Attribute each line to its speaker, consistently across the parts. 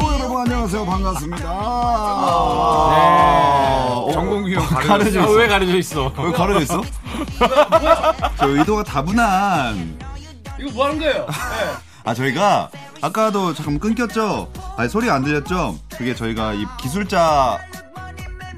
Speaker 1: 안녕하세요. 반갑습니다.
Speaker 2: 아,
Speaker 1: 네.
Speaker 2: 정공규 형
Speaker 1: 가려져
Speaker 2: 가려져
Speaker 1: 있어.
Speaker 2: 있어. 왜 가려져 있어?
Speaker 1: 왜 가려져 있어? 저 의도가 다분한.
Speaker 3: 이거 뭐 하는 거예요? 네.
Speaker 1: 아, 저희가 아까도 잠깐 끊겼죠? 아니, 소리 안 들렸죠? 그게 저희가 이 기술자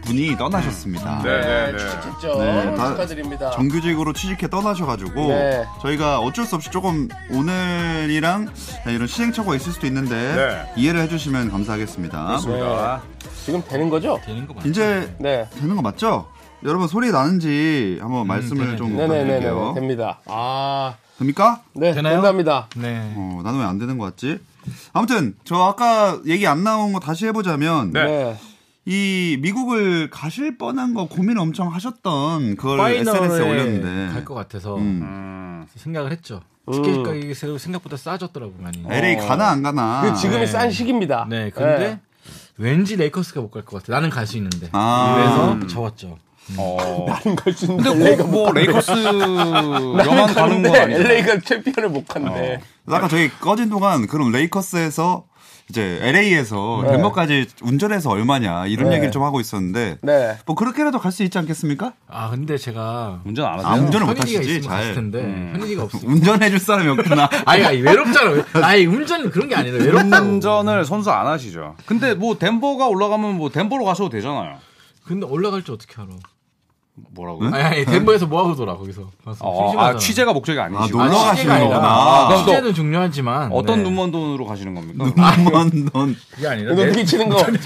Speaker 1: 분이 떠나셨습니다.
Speaker 2: 네, 네,
Speaker 3: 네,
Speaker 2: 네.
Speaker 3: 취직했죠.
Speaker 1: 네, 다-
Speaker 3: 축하드립니다.
Speaker 1: 정규직으로 취직해 떠나셔가지고
Speaker 3: 네.
Speaker 1: 저희가 어쩔 수 없이 조금 오늘이랑 이런 시행착오가 있을 수도 있는데
Speaker 2: 네.
Speaker 1: 이해를 해주시면 감사하겠습니다.
Speaker 2: 그렇습니다.
Speaker 3: 네. 지금 되는 거죠?
Speaker 4: 되는 거 맞아.
Speaker 1: 이제
Speaker 3: 네.
Speaker 1: 되는 거 맞죠? 여러분 소리 나는지 한번 말씀을
Speaker 4: 음, 되네,
Speaker 1: 좀
Speaker 3: 네네네네.
Speaker 1: 부탁드릴게요.
Speaker 3: 됩니다. 아,
Speaker 1: 됩니까?
Speaker 3: 네.
Speaker 4: 되나요?
Speaker 3: 된답니다.
Speaker 4: 네.
Speaker 1: 어, 나는 왜 안 되는 거 같지? 아무튼 저 아까 얘기 안 나온 거 다시 해보자면
Speaker 2: 네.
Speaker 3: 네.
Speaker 1: 이 미국을 가실 뻔한 거 고민 엄청 하셨던 그걸 SNS에 올렸는데
Speaker 4: 갈 것 같아서
Speaker 1: 음.
Speaker 4: 생각을 했죠. 티켓 가격이 새로 생각보다 싸졌더라고 많이.
Speaker 1: LA 가나 안 가나
Speaker 3: 그 지금이
Speaker 4: 네.
Speaker 3: 싼 시기입니다.
Speaker 4: 네, 근데
Speaker 3: 네.
Speaker 4: 왠지 레이커스가 못 갈 것 같아. 나는 갈 수 있는데.
Speaker 1: 아.
Speaker 4: 그래서 적었죠.
Speaker 2: 어.
Speaker 3: 다른 네. 걸 주는
Speaker 2: 근데 뭐, 뭐 레이커스 영화 가는 거 아니야? 어.
Speaker 3: LA가 챔피언을 못 간대.
Speaker 1: 아까 저희 꺼진 동안 그럼 레이커스에서 이제 LA에서
Speaker 4: 네.
Speaker 1: 덴버까지 운전해서 얼마냐 이런
Speaker 3: 네.
Speaker 1: 얘기를 좀 하고 있었는데
Speaker 3: 네.
Speaker 1: 뭐 그렇게라도 갈 수 있지 않겠습니까?
Speaker 4: 아, 근데 제가
Speaker 2: 운전 안 하세요?
Speaker 1: 아 운전을 못
Speaker 4: 현일이가
Speaker 1: 하시지
Speaker 4: 있으면 갔을
Speaker 1: 잘 음.
Speaker 4: 텐데 현일이가 없으니까.
Speaker 1: 운전해줄 사람이 없구나.
Speaker 4: 아니, 아니 외롭잖아. 아니 운전 그런 게 아니라 외롭다고.
Speaker 2: 운전을 선수 안 하시죠. 근데 뭐 덴버가 올라가면 뭐 덴버로 가셔도 되잖아요.
Speaker 4: 근데 올라갈 줄 어떻게 알아?
Speaker 2: 뭐라고요?
Speaker 4: 아니, 아니 덴버에서 뭐 하고 돌아 거기서. 가서
Speaker 2: 어,
Speaker 4: 심심하잖아.
Speaker 2: 아, 취재가 목적이
Speaker 1: 아,
Speaker 2: 아니시고.
Speaker 1: 놀러
Speaker 4: 아,
Speaker 1: 가시는
Speaker 4: 취재가 아니라.
Speaker 2: 아,
Speaker 1: 거구나.
Speaker 2: 그럼 또
Speaker 4: 취재는 중요하지만
Speaker 2: 어떤
Speaker 4: 네.
Speaker 2: 눈먼 돈으로 가시는 겁니까?
Speaker 1: 한번 아, 넌
Speaker 4: 그게 아니라
Speaker 3: 이거
Speaker 4: 내-
Speaker 3: 어떻게 치는 거? 네.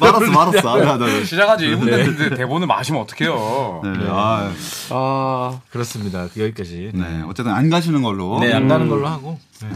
Speaker 1: 말았어 말았어. 아, 나, 나, 나.
Speaker 2: 시작하지 1분
Speaker 4: 네.
Speaker 2: 됐는데 대본을 마시면 어떡해요.
Speaker 1: 네, 아,
Speaker 3: 아,
Speaker 4: 그렇습니다. 그 여기까지.
Speaker 1: 네, 어쨌든 안 가시는 걸로.
Speaker 4: 네, 안 가는 걸로 하고. 네.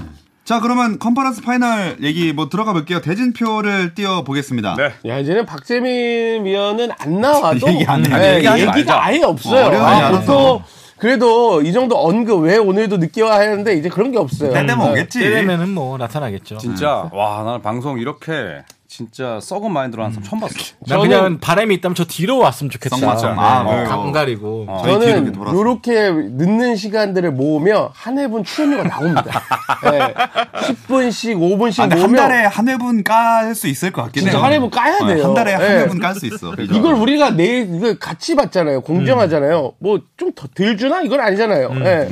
Speaker 1: 자, 그러면 컨퍼런스 파이널 얘기 뭐 들어가 볼게요. 대진표를 띄워 보겠습니다.
Speaker 2: 네.
Speaker 3: 야, 이제는 박재민 위원은 안 나와도
Speaker 1: 얘기 안 해요.
Speaker 3: 네,
Speaker 2: 얘기하지 말자.
Speaker 3: 얘기가 아예 없어요.
Speaker 1: 어, 어려워요.
Speaker 3: 아,
Speaker 1: 안
Speaker 3: 보통 그래도 이 정도 언급 왜 오늘도 늦게 와 하는데 이제 그런 게 없어요.
Speaker 1: 때때면
Speaker 3: 네.
Speaker 1: 오겠지.
Speaker 4: 때리면은 뭐 나타나겠죠.
Speaker 2: 진짜
Speaker 4: 네.
Speaker 2: 와 나는 방송 이렇게 진짜 썩은 마인드로 하는 사람 처음 봤어.
Speaker 4: 난
Speaker 3: 저는-
Speaker 4: 그냥 바람이 있다면 저 뒤로 왔으면 좋겠다.
Speaker 1: 성맞죠.
Speaker 4: 네.
Speaker 1: 아,
Speaker 4: 어,
Speaker 1: 그래요.
Speaker 4: 감 가리고.
Speaker 1: 어. 저희 뒤로
Speaker 3: 그러니까 저는
Speaker 1: 이렇게 돌아서.
Speaker 3: 이렇게 늦는 시간들을 모으면 한 해분 출연료가 나옵니다. 네. 10분씩, 5분씩
Speaker 1: 아, 근데 한
Speaker 3: 모으면
Speaker 1: 달에 한 회분 깔 수 있을 것 같긴 해요.
Speaker 3: 진짜 한 회분 까야
Speaker 1: 어,
Speaker 3: 돼요.
Speaker 1: 한 달에 한
Speaker 3: 네.
Speaker 1: 회분 깔 수 있어. 그죠?
Speaker 3: 이걸 뭐- 우리가 내일 이걸 같이 봤잖아요.
Speaker 1: 음.
Speaker 3: 공정하잖아요. 뭐 좀 더덜 주나 이건 아니잖아요. 네.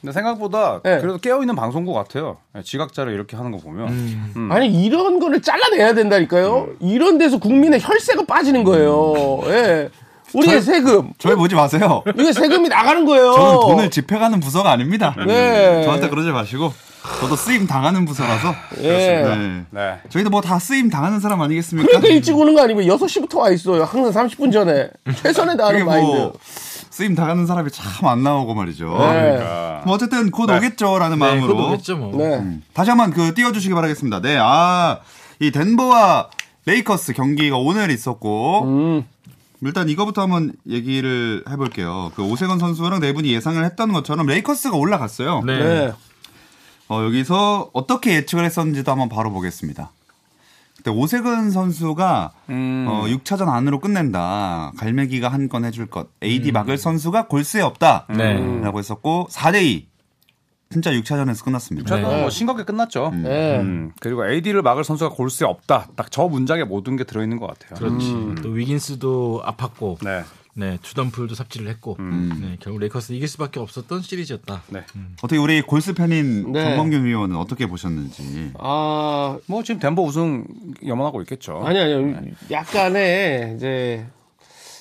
Speaker 2: 근데 생각보다
Speaker 3: 네.
Speaker 2: 그래도 깨어 있는 방송국 같아요. 네, 지각자를 이렇게 하는 거 보면
Speaker 4: 음.
Speaker 1: 음.
Speaker 3: 아니 이런 거를 잘라내야 된다니까요. 이런 데서 국민의 혈세가 빠지는 거예요. 예. 우리의 세금
Speaker 1: 음. 저희 보지 마세요.
Speaker 3: 이게 세금이 나가는 거예요.
Speaker 1: 저는 돈을 집행하는 부서가 아닙니다.
Speaker 3: 어. 네.
Speaker 1: 저한테 그러지 마시고 저도 쓰임 당하는 부서라서.
Speaker 3: 예.
Speaker 1: 네.
Speaker 2: 네.
Speaker 1: 저희도 뭐 다 쓰임 당하는 사람 아니겠습니까?
Speaker 3: 그러니까 일찍 오는 거 아니면 6시부터 와 있어요. 항상 30분 전에.
Speaker 1: 음.
Speaker 3: 최선의
Speaker 1: 이게
Speaker 3: 다하는 마인드.
Speaker 1: 뭐 쓰임 당하는 사람이 참 안 나오고 말이죠.
Speaker 3: 네.
Speaker 2: 아,
Speaker 1: 뭐 어쨌든 곧
Speaker 2: 네.
Speaker 1: 오겠죠라는
Speaker 4: 네,
Speaker 1: 마음으로
Speaker 4: 그것도 오겠죠, 뭐.
Speaker 3: 네.
Speaker 1: 다시 한번 그 띄워주시기 바라겠습니다. 네, 아, 이 덴버와 레이커스 경기가 오늘 있었고,
Speaker 3: 음.
Speaker 1: 일단 이거부터 한번 얘기를 해볼게요. 그 오세건 선수랑 네 분이 예상을 했던 것처럼 레이커스가 올라갔어요.
Speaker 4: 네.
Speaker 3: 네.
Speaker 1: 어, 여기서 어떻게 예측을 했었는지도 한번 바로 보겠습니다. 그때 오세근 선수가
Speaker 3: 음.
Speaker 2: 음.
Speaker 1: 어, 6차전 안으로 끝낸다. 갈매기가 한 건 해줄 것. AD 막을 선수가 골수에 없다.
Speaker 4: 네.
Speaker 1: 라고 했었고 4대2. 진짜 6차전에서 끝났습니다.
Speaker 4: 네.
Speaker 2: 저도 뭐 싱겁게 끝났죠.
Speaker 3: 예.
Speaker 2: 음, 그리고 AD를 막을 선수가 골수에 없다. 딱 저 문장에 모든 게 들어있는 것 같아요.
Speaker 4: 그렇지. 또 위긴스도 아팠고. 네.
Speaker 2: 네.
Speaker 4: 주던풀도 삽질을 했고. 네. 결국 레이커스 이길 수밖에 없었던 시리즈였다.
Speaker 2: 네.
Speaker 1: 어떻게 우리 골수 팬인
Speaker 3: 네.
Speaker 1: 정범균 위원은 어떻게 보셨는지.
Speaker 3: 아,
Speaker 2: 뭐 지금 덴버 우승 염원하고 있겠죠.
Speaker 3: 아니, 아니요. 약간의, 이제,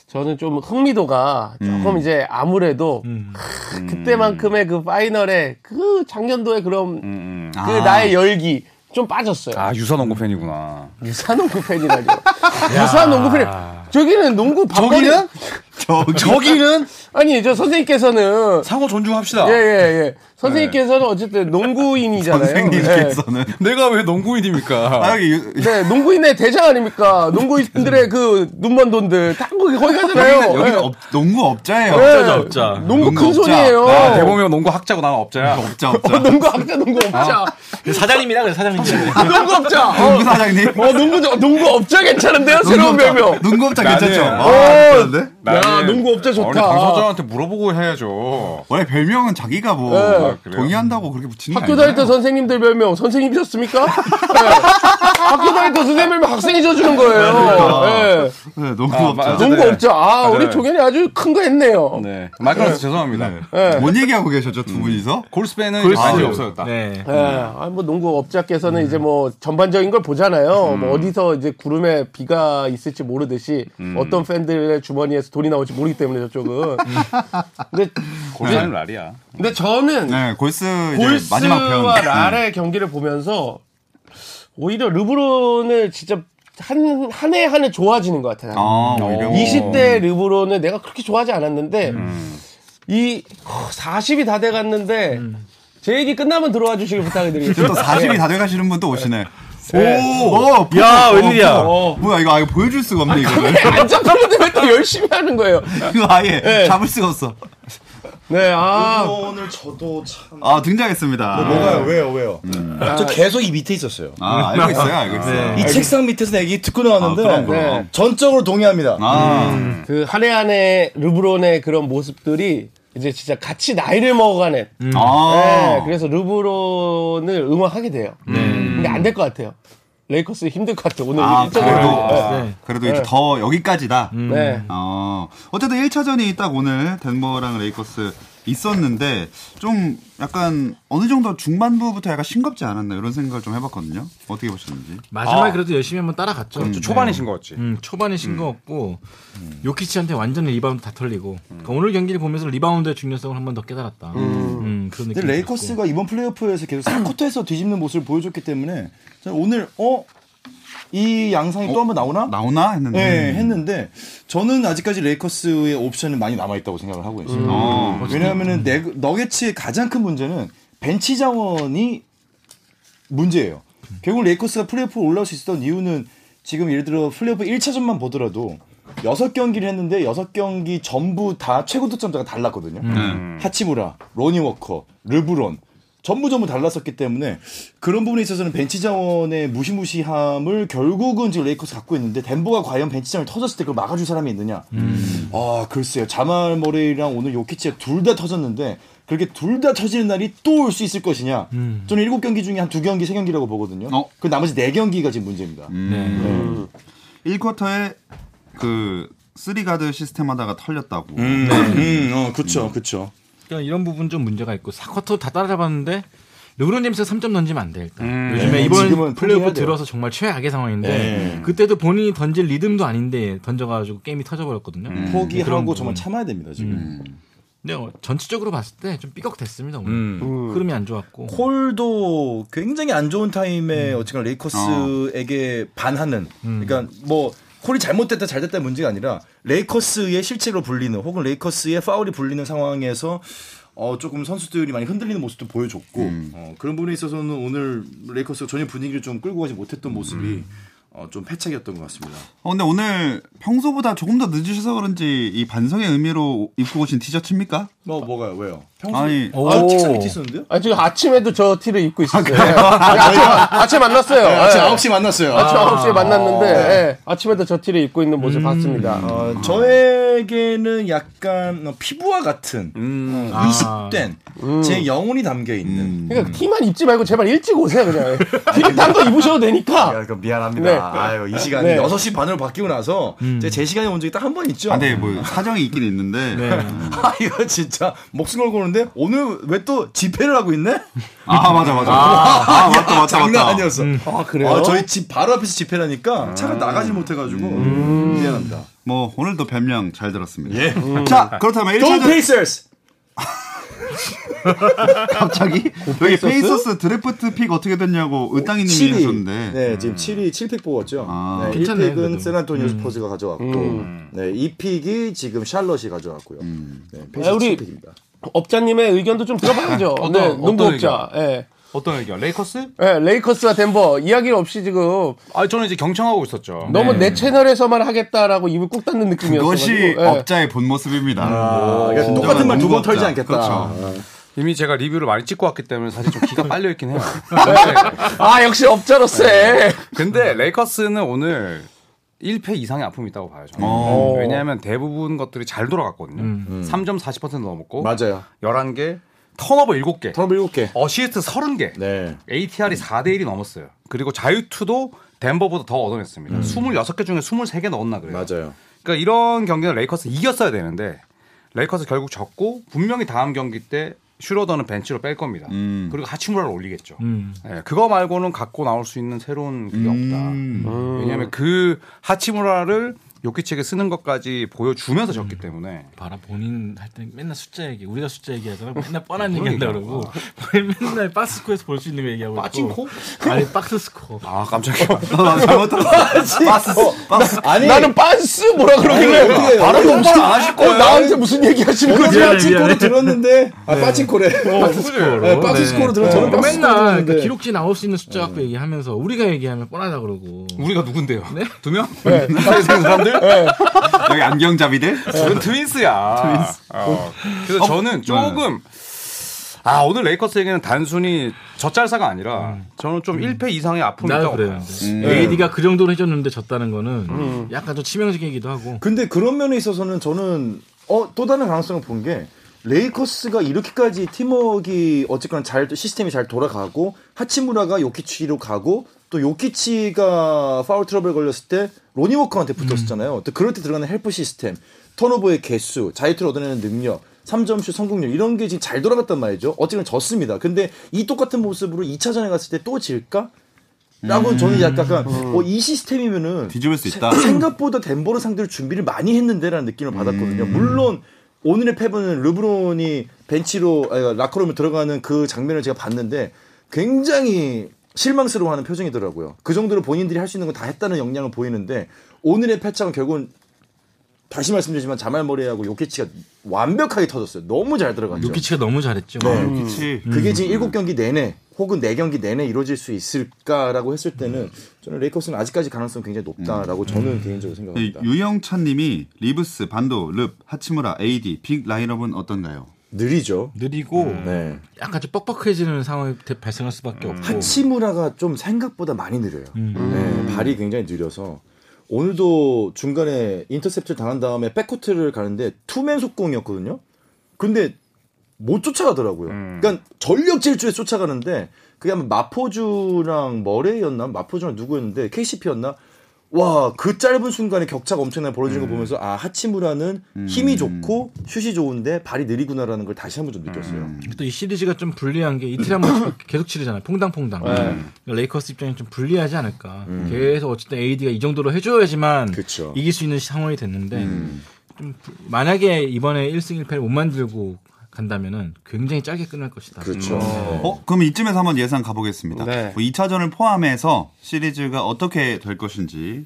Speaker 3: 저는 좀 흥미도가
Speaker 1: 음.
Speaker 3: 조금 이제 아무래도 크, 그때만큼의 그 파이널에 그 작년도에 그럼
Speaker 2: 음.
Speaker 3: 그
Speaker 1: 아.
Speaker 3: 나의 열기 좀 빠졌어요.
Speaker 2: 아 유선농구 팬이구나.
Speaker 3: 유사농구 팬이라뇨. 유사농구 팬이. 저기는 농구 밥거리.
Speaker 2: 저기는?
Speaker 1: 저기
Speaker 2: 저기는
Speaker 3: 아니, 저 선생님께서는
Speaker 2: 상호 존중합시다.
Speaker 3: 예, 예, 예. 선생님께서는 어쨌든 농구인이잖아요.
Speaker 1: 네.
Speaker 3: 네.
Speaker 1: 선생님께서는
Speaker 2: 내가 왜 농구인입니까?
Speaker 1: 아, 여기 유-
Speaker 3: 예. 네, 농구인의 대장 아닙니까? 농구인들의 그 눈먼 돈들. 다 거기, 거기 가잖아요.
Speaker 1: 여기는
Speaker 3: 예.
Speaker 1: 업- 농구 업자예요.
Speaker 3: 예.
Speaker 4: 업자죠, 업자.
Speaker 3: 농구
Speaker 1: 농구
Speaker 3: 큰
Speaker 1: 업자.
Speaker 3: 손이에요.
Speaker 2: 아, 대범이 형 농구 학자고 나는 업자야.
Speaker 1: 업자 업자.
Speaker 3: 어, 농구 학자, 농구 업자.
Speaker 4: 사장님이라 그래, 사장님.
Speaker 3: 농구 업자. 어,
Speaker 1: 아. 농구 사장님.
Speaker 3: 어, 농구, 저- 농구 업자 괜찮은데요?
Speaker 1: 농구
Speaker 3: 새로운
Speaker 1: 업자.
Speaker 3: 별명. 어.
Speaker 1: 농구 업자 괜찮죠?
Speaker 2: 나는-
Speaker 1: 아, 괜찮은데?
Speaker 3: 야, 농구 업자 좋다.
Speaker 2: 우리 당사자한테 물어보고 해야죠.
Speaker 1: 원래 별명은 자기가 뭐
Speaker 3: 예.
Speaker 1: 동의한다고 그렇게 붙이는 게
Speaker 3: 학교
Speaker 1: 아니잖아요.
Speaker 3: 다닐 때 선생님들 별명 선생님이셨습니까? 네. 학교 다닐 때 선생님이 학생이 져주는 거예요. 예.
Speaker 1: 네, 너무
Speaker 2: 아,
Speaker 1: 없다.
Speaker 2: 맞아.
Speaker 3: 농구
Speaker 2: 네.
Speaker 3: 없죠. 아, 우리
Speaker 2: 네.
Speaker 3: 종현이 아주 큰 거 했네요.
Speaker 2: 네. 마이크로스 죄송합니다.
Speaker 3: 네.
Speaker 1: 뭔 얘기하고 계셨죠 두 분이서?
Speaker 2: 네. 골스팬은
Speaker 4: 골스.
Speaker 2: 많이 아, 없어졌다.
Speaker 4: 네.
Speaker 3: 예, 아, 뭐 농구 업자께서는 이제 뭐 전반적인 걸 보잖아요. 뭐 어디서 이제 구름에 비가 있을지 모르듯이 어떤 팬들의 주머니에서 돈이 나올지 모르기 때문에 저쪽은. 근데,
Speaker 2: 골스는 날이야.
Speaker 3: 근데 저는
Speaker 1: 네, 골스 이제 마지막 표현.
Speaker 3: 골스와
Speaker 1: 네.
Speaker 3: 랄의 경기를 보면서 오히려 르브론을 진짜 한 한 해 한 해 좋아지는 것 같아요.
Speaker 1: 아, 오히려.
Speaker 3: 20대 르브론은 내가 그렇게 좋아하지 않았는데
Speaker 1: 음.
Speaker 3: 이 40이 다 돼 갔는데 제 얘기 끝나면 들어와 주시길 부탁드리겠습니다.
Speaker 1: 또 40이 다 돼가시는 분도 오시네.
Speaker 3: 네.
Speaker 1: 오, 어,
Speaker 4: 야,
Speaker 1: 어,
Speaker 4: 웬일이야.
Speaker 1: 뭐야. 뭐야 이거 아예 보여줄 수가 없네 이거는.
Speaker 3: 안잡혔는데 왜 또 열심히 하는 거예요?
Speaker 1: 이거 아예 잡을 수가 없어.
Speaker 3: 네, 아,
Speaker 5: 오늘 저도 참.
Speaker 1: 아 등장했습니다.
Speaker 5: 뭐가요? 왜요? 왜요?
Speaker 1: 음.
Speaker 5: 저 계속 이 밑에 있었어요.
Speaker 1: 아 알고 있어요, 알고 있어요.
Speaker 5: 이 책상 밑에서 내 얘기 듣고 나왔는데
Speaker 1: 아, 그럼, 그럼.
Speaker 3: 네.
Speaker 5: 전적으로 동의합니다.
Speaker 1: 아,
Speaker 3: 그 한 해 한 해 르브론의 그런 모습들이 이제 진짜 같이 나이를 먹어가는.
Speaker 1: 아.
Speaker 3: 네, 그래서 르브론을 응원하게 돼요.
Speaker 5: 네.
Speaker 3: 근데 안 될 것 같아요. 레이커스 힘들 것 같아요. 오늘
Speaker 1: 아,
Speaker 3: 일정이.
Speaker 1: 그래도,
Speaker 4: 네.
Speaker 1: 그래도 이제 더 여기까지다.
Speaker 5: 음.
Speaker 3: 네.
Speaker 5: 아,
Speaker 1: 어, 어쨌든 1차전이 딱 오늘 덴버랑 레이커스 있었는데 좀 약간 어느 정도 중반부부터 약간 싱겁지 않았나 이런 생각을 좀 해봤거든요. 어떻게 보셨는지.
Speaker 4: 마지막에 그래도 열심히 한번 따라갔죠.
Speaker 2: 초반이 신거였지.
Speaker 4: 음, 초반에 신거없고
Speaker 5: 음.
Speaker 4: 요키치한테 완전히 리바운드 다 털리고 그러니까 오늘 경기를 보면서 리바운드의 중요성을 한 번 더 깨달았다. 음, 그런
Speaker 5: 근데
Speaker 4: 느낌.
Speaker 5: 레이커스가 이번 플레이오프에서 계속 4쿼터에서 뒤집는 모습을 보여줬기 때문에 저는 오늘 어? 이 양상이 또 한번 나오나?
Speaker 1: 어? 나오나 했는데.
Speaker 5: 네, 했는데 저는 아직까지 레이커스의 옵션은 많이 남아 있다고 생각을 하고 있어요.
Speaker 1: 어.
Speaker 5: 왜냐하면은 네- 너겟츠의 가장 큰 문제는 벤치 자원이 문제예요. 결국 레이커스가 플레이오프 올라올 수 있었던 이유는 지금 예를 들어 플레이오프 1차전만 보더라도 6경기를 했는데 6경기 전부 다 최고 득점자가 달랐거든요. 하치무라, 로니 워커, 르브론 전부 전부 달랐었기 때문에 그런 부분에 있어서는 벤치 자원의 무시무시함을 결국은 지금 레이커스 갖고 있는데 덴버가 과연 벤치 자원이 터졌을 때 그걸 막아줄 사람이 있느냐? 아 글쎄요 자말 머레이랑 오늘 요키치가 둘 다 터졌는데 그렇게 둘 다 터지는 날이 또 올 수 있을 것이냐? 저는 일곱 경기 중에 한 두 경기 세 경기라고 보거든요.
Speaker 1: 어.
Speaker 5: 그 나머지 네 경기가 지금 문제입니다.
Speaker 1: 음. 1쿼터에 그 3가드 시스템 하다가 털렸다고.
Speaker 5: 음, 어, 그쵸, 그쵸.
Speaker 4: 그러니까 이런 부분 좀 문제가 있고 사쿼터 다 따라잡았는데 르브론 제임스가 3점 던지면 안 돼 일단. 요즘에
Speaker 5: 네, 지금은
Speaker 4: 이번
Speaker 5: 포기해야
Speaker 4: 플레이오프
Speaker 5: 돼요.
Speaker 4: 들어서 정말 최악의 상황인데
Speaker 5: 네.
Speaker 4: 그때도 본인이 던질 리듬도 아닌데 던져가지고 게임이 터져버렸거든요.
Speaker 5: 음.
Speaker 4: 그런
Speaker 5: 포기하고
Speaker 4: 부분.
Speaker 5: 정말 참아야 됩니다 지금.
Speaker 4: 근데 어, 전체적으로 봤을 때 좀 삐걱댔습니다 오늘.
Speaker 5: 음.
Speaker 4: 흐름이 안 좋았고.
Speaker 5: 콜도 굉장히 안 좋은 타임에 어쨌거나 레이커스에게 반하는 그러니까 뭐 콜이 잘못됐다 잘됐다 문제가 아니라 레이커스의 실책으로 불리는 혹은 레이커스의 파울이 불리는 상황에서 어 조금 선수들이 많이 흔들리는 모습도 보여줬고 어, 그런 부분에 있어서는 오늘 레이커스가 전혀 분위기를 좀 끌고 가지 못했던 모습이 어, 좀 패착이었던 것 같습니다.
Speaker 1: 어, 근데 오늘 평소보다 조금 더 늦으셔서 그런지 이 반성의 의미로 입고 오신 티셔츠입니까?
Speaker 5: 뭐 뭐가요 왜요? 평소
Speaker 1: 아니,
Speaker 5: 아 책상 밑에 있었는데요?
Speaker 3: 아, 지금 아침에도 저 티를 입고 있었어요. 예. 아침, 아침 만났어요.
Speaker 5: 네, 아침
Speaker 3: 예.
Speaker 5: 9시 네. 만났어요.
Speaker 3: 아침 9시에 만났는데, 예. 아침에도 저 티를 입고 있는 모습 봤습니다.
Speaker 5: 어, 저에게는 약간 어, 피부와 같은
Speaker 1: 음. 아.
Speaker 5: 어, 이식된 제 영혼이 담겨 있는.
Speaker 3: 그러니까 티만 입지 말고 제발 일찍 오세요, 그냥. 티를 딴거 입으셔도 되니까.
Speaker 5: 그러니까 미안합니다.
Speaker 3: 네.
Speaker 5: 아유 이 시간이
Speaker 3: 네.
Speaker 5: 6시 반으로 바뀌고 나서 제제 시간이 온 적이 딱 한 번 있죠.
Speaker 1: 음. 아, 네, 뭐 사정이 있긴 있는데.
Speaker 5: 아 이거 진짜 목숨 걸고 오는데 오늘 왜 또 집회를 하고 있네?
Speaker 1: 아, 맞아, 맞아. 아, 맞다, 음. 맞다,
Speaker 5: 장난
Speaker 1: 맞다.
Speaker 5: 아니었어.
Speaker 3: 아, 그래요?
Speaker 5: 아, 저희 집 바로 앞에서 집회라니까
Speaker 1: 음.
Speaker 5: 차가 나가질 못해가지고 미안합니다.
Speaker 1: 뭐 오늘도 변명 잘 들었습니다.
Speaker 5: 예.
Speaker 1: 음.
Speaker 5: 음.
Speaker 1: 자 그렇다면
Speaker 5: Go
Speaker 1: 1차전
Speaker 5: Pacers.
Speaker 1: 갑자기 여기 페이서스 드래프트 픽 어떻게 됐냐고 으땅이님이
Speaker 5: 7위.
Speaker 1: 하셨는데
Speaker 5: 네, 지금 7위 7픽 뽑았죠.
Speaker 1: 아.
Speaker 5: 네,
Speaker 4: 괜찮네요,
Speaker 5: 1픽은
Speaker 4: 그래도. 음.
Speaker 5: 세나토니오 스포츠가 가져왔고, 네, 2픽이 지금 샬럿이 가져왔고요.
Speaker 4: 아,
Speaker 5: 네,
Speaker 3: 야, 우리-
Speaker 5: 우리 픽입니다.
Speaker 3: 업자님의 의견도 좀 들어봐야죠.
Speaker 2: 어떤-
Speaker 3: 네,
Speaker 2: 어떤
Speaker 3: 농구 업자. 예.
Speaker 2: 어떤 의견? 레이커스?
Speaker 3: 예, 레이커스와 덴버 이야기 없이 지금
Speaker 2: 아, 저는 이제 경청하고 있었죠.
Speaker 3: 너무 내 채널에서만 하겠다라고 예. 입을 꾹 닫는 느낌이었어요.
Speaker 1: 그것이 업자의 본 모습입니다. 음.
Speaker 5: 그러니까 똑같은 말 두 번 털지 않겠다.
Speaker 1: 그렇죠.
Speaker 2: 이미 제가 리뷰를 많이 찍고 왔기 때문에 사실 좀 기가 빨려 있긴 해요. 네,
Speaker 3: 아 역시 업자로서의
Speaker 2: 근데 레이커스는 오늘 1패 이상의 아픔이 있다고 봐요. 저는. 음,
Speaker 1: 어.
Speaker 2: 왜냐하면 대부분 것들이 잘 돌아갔거든요. 3.40% 넘었고
Speaker 5: 어, 맞아요.
Speaker 2: 11개, 턴오버 7개,
Speaker 5: 더 7개.
Speaker 2: 어시스트 30개,
Speaker 5: 네.
Speaker 2: ATR이 4대 1이 넘었어요. 그리고 자유투도 덴버보다 더 얻어냈습니다. 26개 중에 23개 넣었나 그래요.
Speaker 5: 맞아요.
Speaker 2: 그러니까 이런 경기는 레이커스 이겼어야 되는데 레이커스 결국 졌고 분명히 다음 경기 때 슈러더는 벤치로 뺄 겁니다.
Speaker 1: 음.
Speaker 2: 그리고 하치무라를 올리겠죠.
Speaker 4: 음.
Speaker 2: 예, 그거 말고는 갖고 나올 수 있는 새로운 그게
Speaker 1: 음.
Speaker 2: 없다. 왜냐하면 그 하치무라를 요키치에게 쓰는 것까지
Speaker 4: 음.
Speaker 2: 보여주면서 졌기 때문에
Speaker 4: 봐라 본인 할 때 맨날 숫자 얘기 우리가 숫자 얘기하잖아 맨날 뻔한 얘기한다 그러고 맨날 박스코에서 볼 수 있는 거 얘기하고
Speaker 2: 빠칭코?
Speaker 4: 있고. 아니 박스스코
Speaker 2: 아 깜짝이야.
Speaker 1: 아, 잘못 들었어. 빠스. 빠스.
Speaker 5: 아니
Speaker 3: 나는 빤스 뭐라 그러길래 바로 똑바로 안 하실 거예요. 어, 나한테 무슨 얘기 하시는 거지?
Speaker 4: 미안해, 어,
Speaker 5: 빠친코로
Speaker 4: 미안해.
Speaker 5: 들었는데 아 빠친코래 네,
Speaker 4: 박스스코로
Speaker 5: 빠친코로 들었 저는
Speaker 4: 그러니까
Speaker 5: 빠친코로
Speaker 4: 맨날 그
Speaker 5: 들었는데.
Speaker 4: 기록지 나올 수 있는 숫자 갖고 얘기하면서 우리가 얘기하면 뻔하다 그러고
Speaker 2: 우리가 누군데요?
Speaker 4: 네?
Speaker 2: 두 명?
Speaker 1: 여기 안경잡이들.
Speaker 2: 저는 트윈스야. 어. 그래서
Speaker 4: 네.
Speaker 2: 저는 조금 아 오늘 레이커스 얘기는 단순히 젖잘사가 아니라 저는 좀 1패 이상의 아픔이
Speaker 4: 음. 나도
Speaker 2: 있다고
Speaker 4: 그래요.
Speaker 2: 봐요.
Speaker 4: AD가 그 정도로 해줬는데 졌다는 거는 약간 좀 치명적이기도 하고
Speaker 5: 근데 그런 면에 있어서는 저는 어 또 다른 가능성을 본 게 레이커스가 이렇게까지 팀워크가 어쨌거나 잘 시스템이 잘 돌아가고 하치무라가 요키치로 가고 또 요키치가 파울 트러블 걸렸을 때 로니 워커한테 붙었었잖아요. 또 그럴 때 들어가는 헬프 시스템, 턴오버의 개수, 자유투를 얻어내는 능력, 3점슛 성공률 이런 게 지금 잘 돌아갔단 말이죠. 어쨌든 졌습니다. 근데 이 똑같은 모습으로 2차전에 갔을 때 또 질까? 라고 저는 약간 어, 이 시스템이면은
Speaker 1: 음. 뒤집을 수 있다.
Speaker 5: 생각보다 덴버를 상대로 준비를 많이 했는데라는 느낌을 받았거든요.
Speaker 1: 음.
Speaker 5: 물론 오늘의 패배는 르브론이 벤치로 아니, 그러니까 라커룸에 들어가는 그 장면을 제가 봤는데 굉장히 실망스러워하는 표정이더라고요. 그 정도로 본인들이 할 수 있는 건 다 했다는 역량을 보이는데 오늘의 패착은 결국은 다시 말씀드리지만 자말 머리하고 요키치가 완벽하게 터졌어요. 너무 잘 들어갔죠.
Speaker 4: 요키치가 너무 잘했죠.
Speaker 1: 네,
Speaker 5: 네.
Speaker 1: 그치.
Speaker 5: 음. 그게 지금 일곱 경기 내내 혹은 네경기 내내 이루어질 수 있을까라고 했을 때는 저는 레이커스는 아직까지 가능성이 굉장히 높다라고 저는 개인적으로
Speaker 1: 이
Speaker 5: 생각합니다.
Speaker 1: 유영찬님이 리브스, 반도, 릅, 하치무라, AD 빅 라인업은 어떤가요?
Speaker 5: 느리죠.
Speaker 4: 느리고
Speaker 2: 음.
Speaker 5: 네.
Speaker 4: 약간 좀 뻑뻑해지는 상황이 대- 발생할 수밖에 없고
Speaker 5: 하치무라가 좀 생각보다 많이 느려요. 네, 발이 굉장히 느려서 오늘도 중간에 인터셉트 당한 다음에 백코트를 가는데 투맨 속공이었거든요. 근데 못 쫓아가더라고요. 그러니까 전력 질주에 쫓아가는데 그게 아마 마포주랑 머레이였나 마포주랑 누구였는데 KCP였나 와 그 짧은 순간에 격차가 엄청나게 벌어지는 거 보면서 아 하치무라는 힘이 좋고 슛이 좋은데 발이 느리구나라는 걸 다시 한번 좀 느꼈어요.
Speaker 4: 또 이 시리즈가 좀 불리한 게 이틀에 한 번 계속 치르잖아요. 퐁당퐁당.
Speaker 5: 네.
Speaker 4: 그러니까 레이커스 입장에 좀 불리하지 않을까. 계속 어쨌든 AD가 이 정도로 해줘야지만
Speaker 5: 음. 그쵸. 음.
Speaker 4: 이길 수 있는 상황이 됐는데 좀 불- 만약에 이번에 1승 1패를 못 만들고 간다면은 굉장히 짧게 끝날 것이다. 음.
Speaker 5: 그렇죠.
Speaker 1: 어, 그럼 이쯤에서 한번 예상 가보겠습니다.
Speaker 3: 네.
Speaker 1: 2차전을 포함해서 시리즈가 어떻게 될 것인지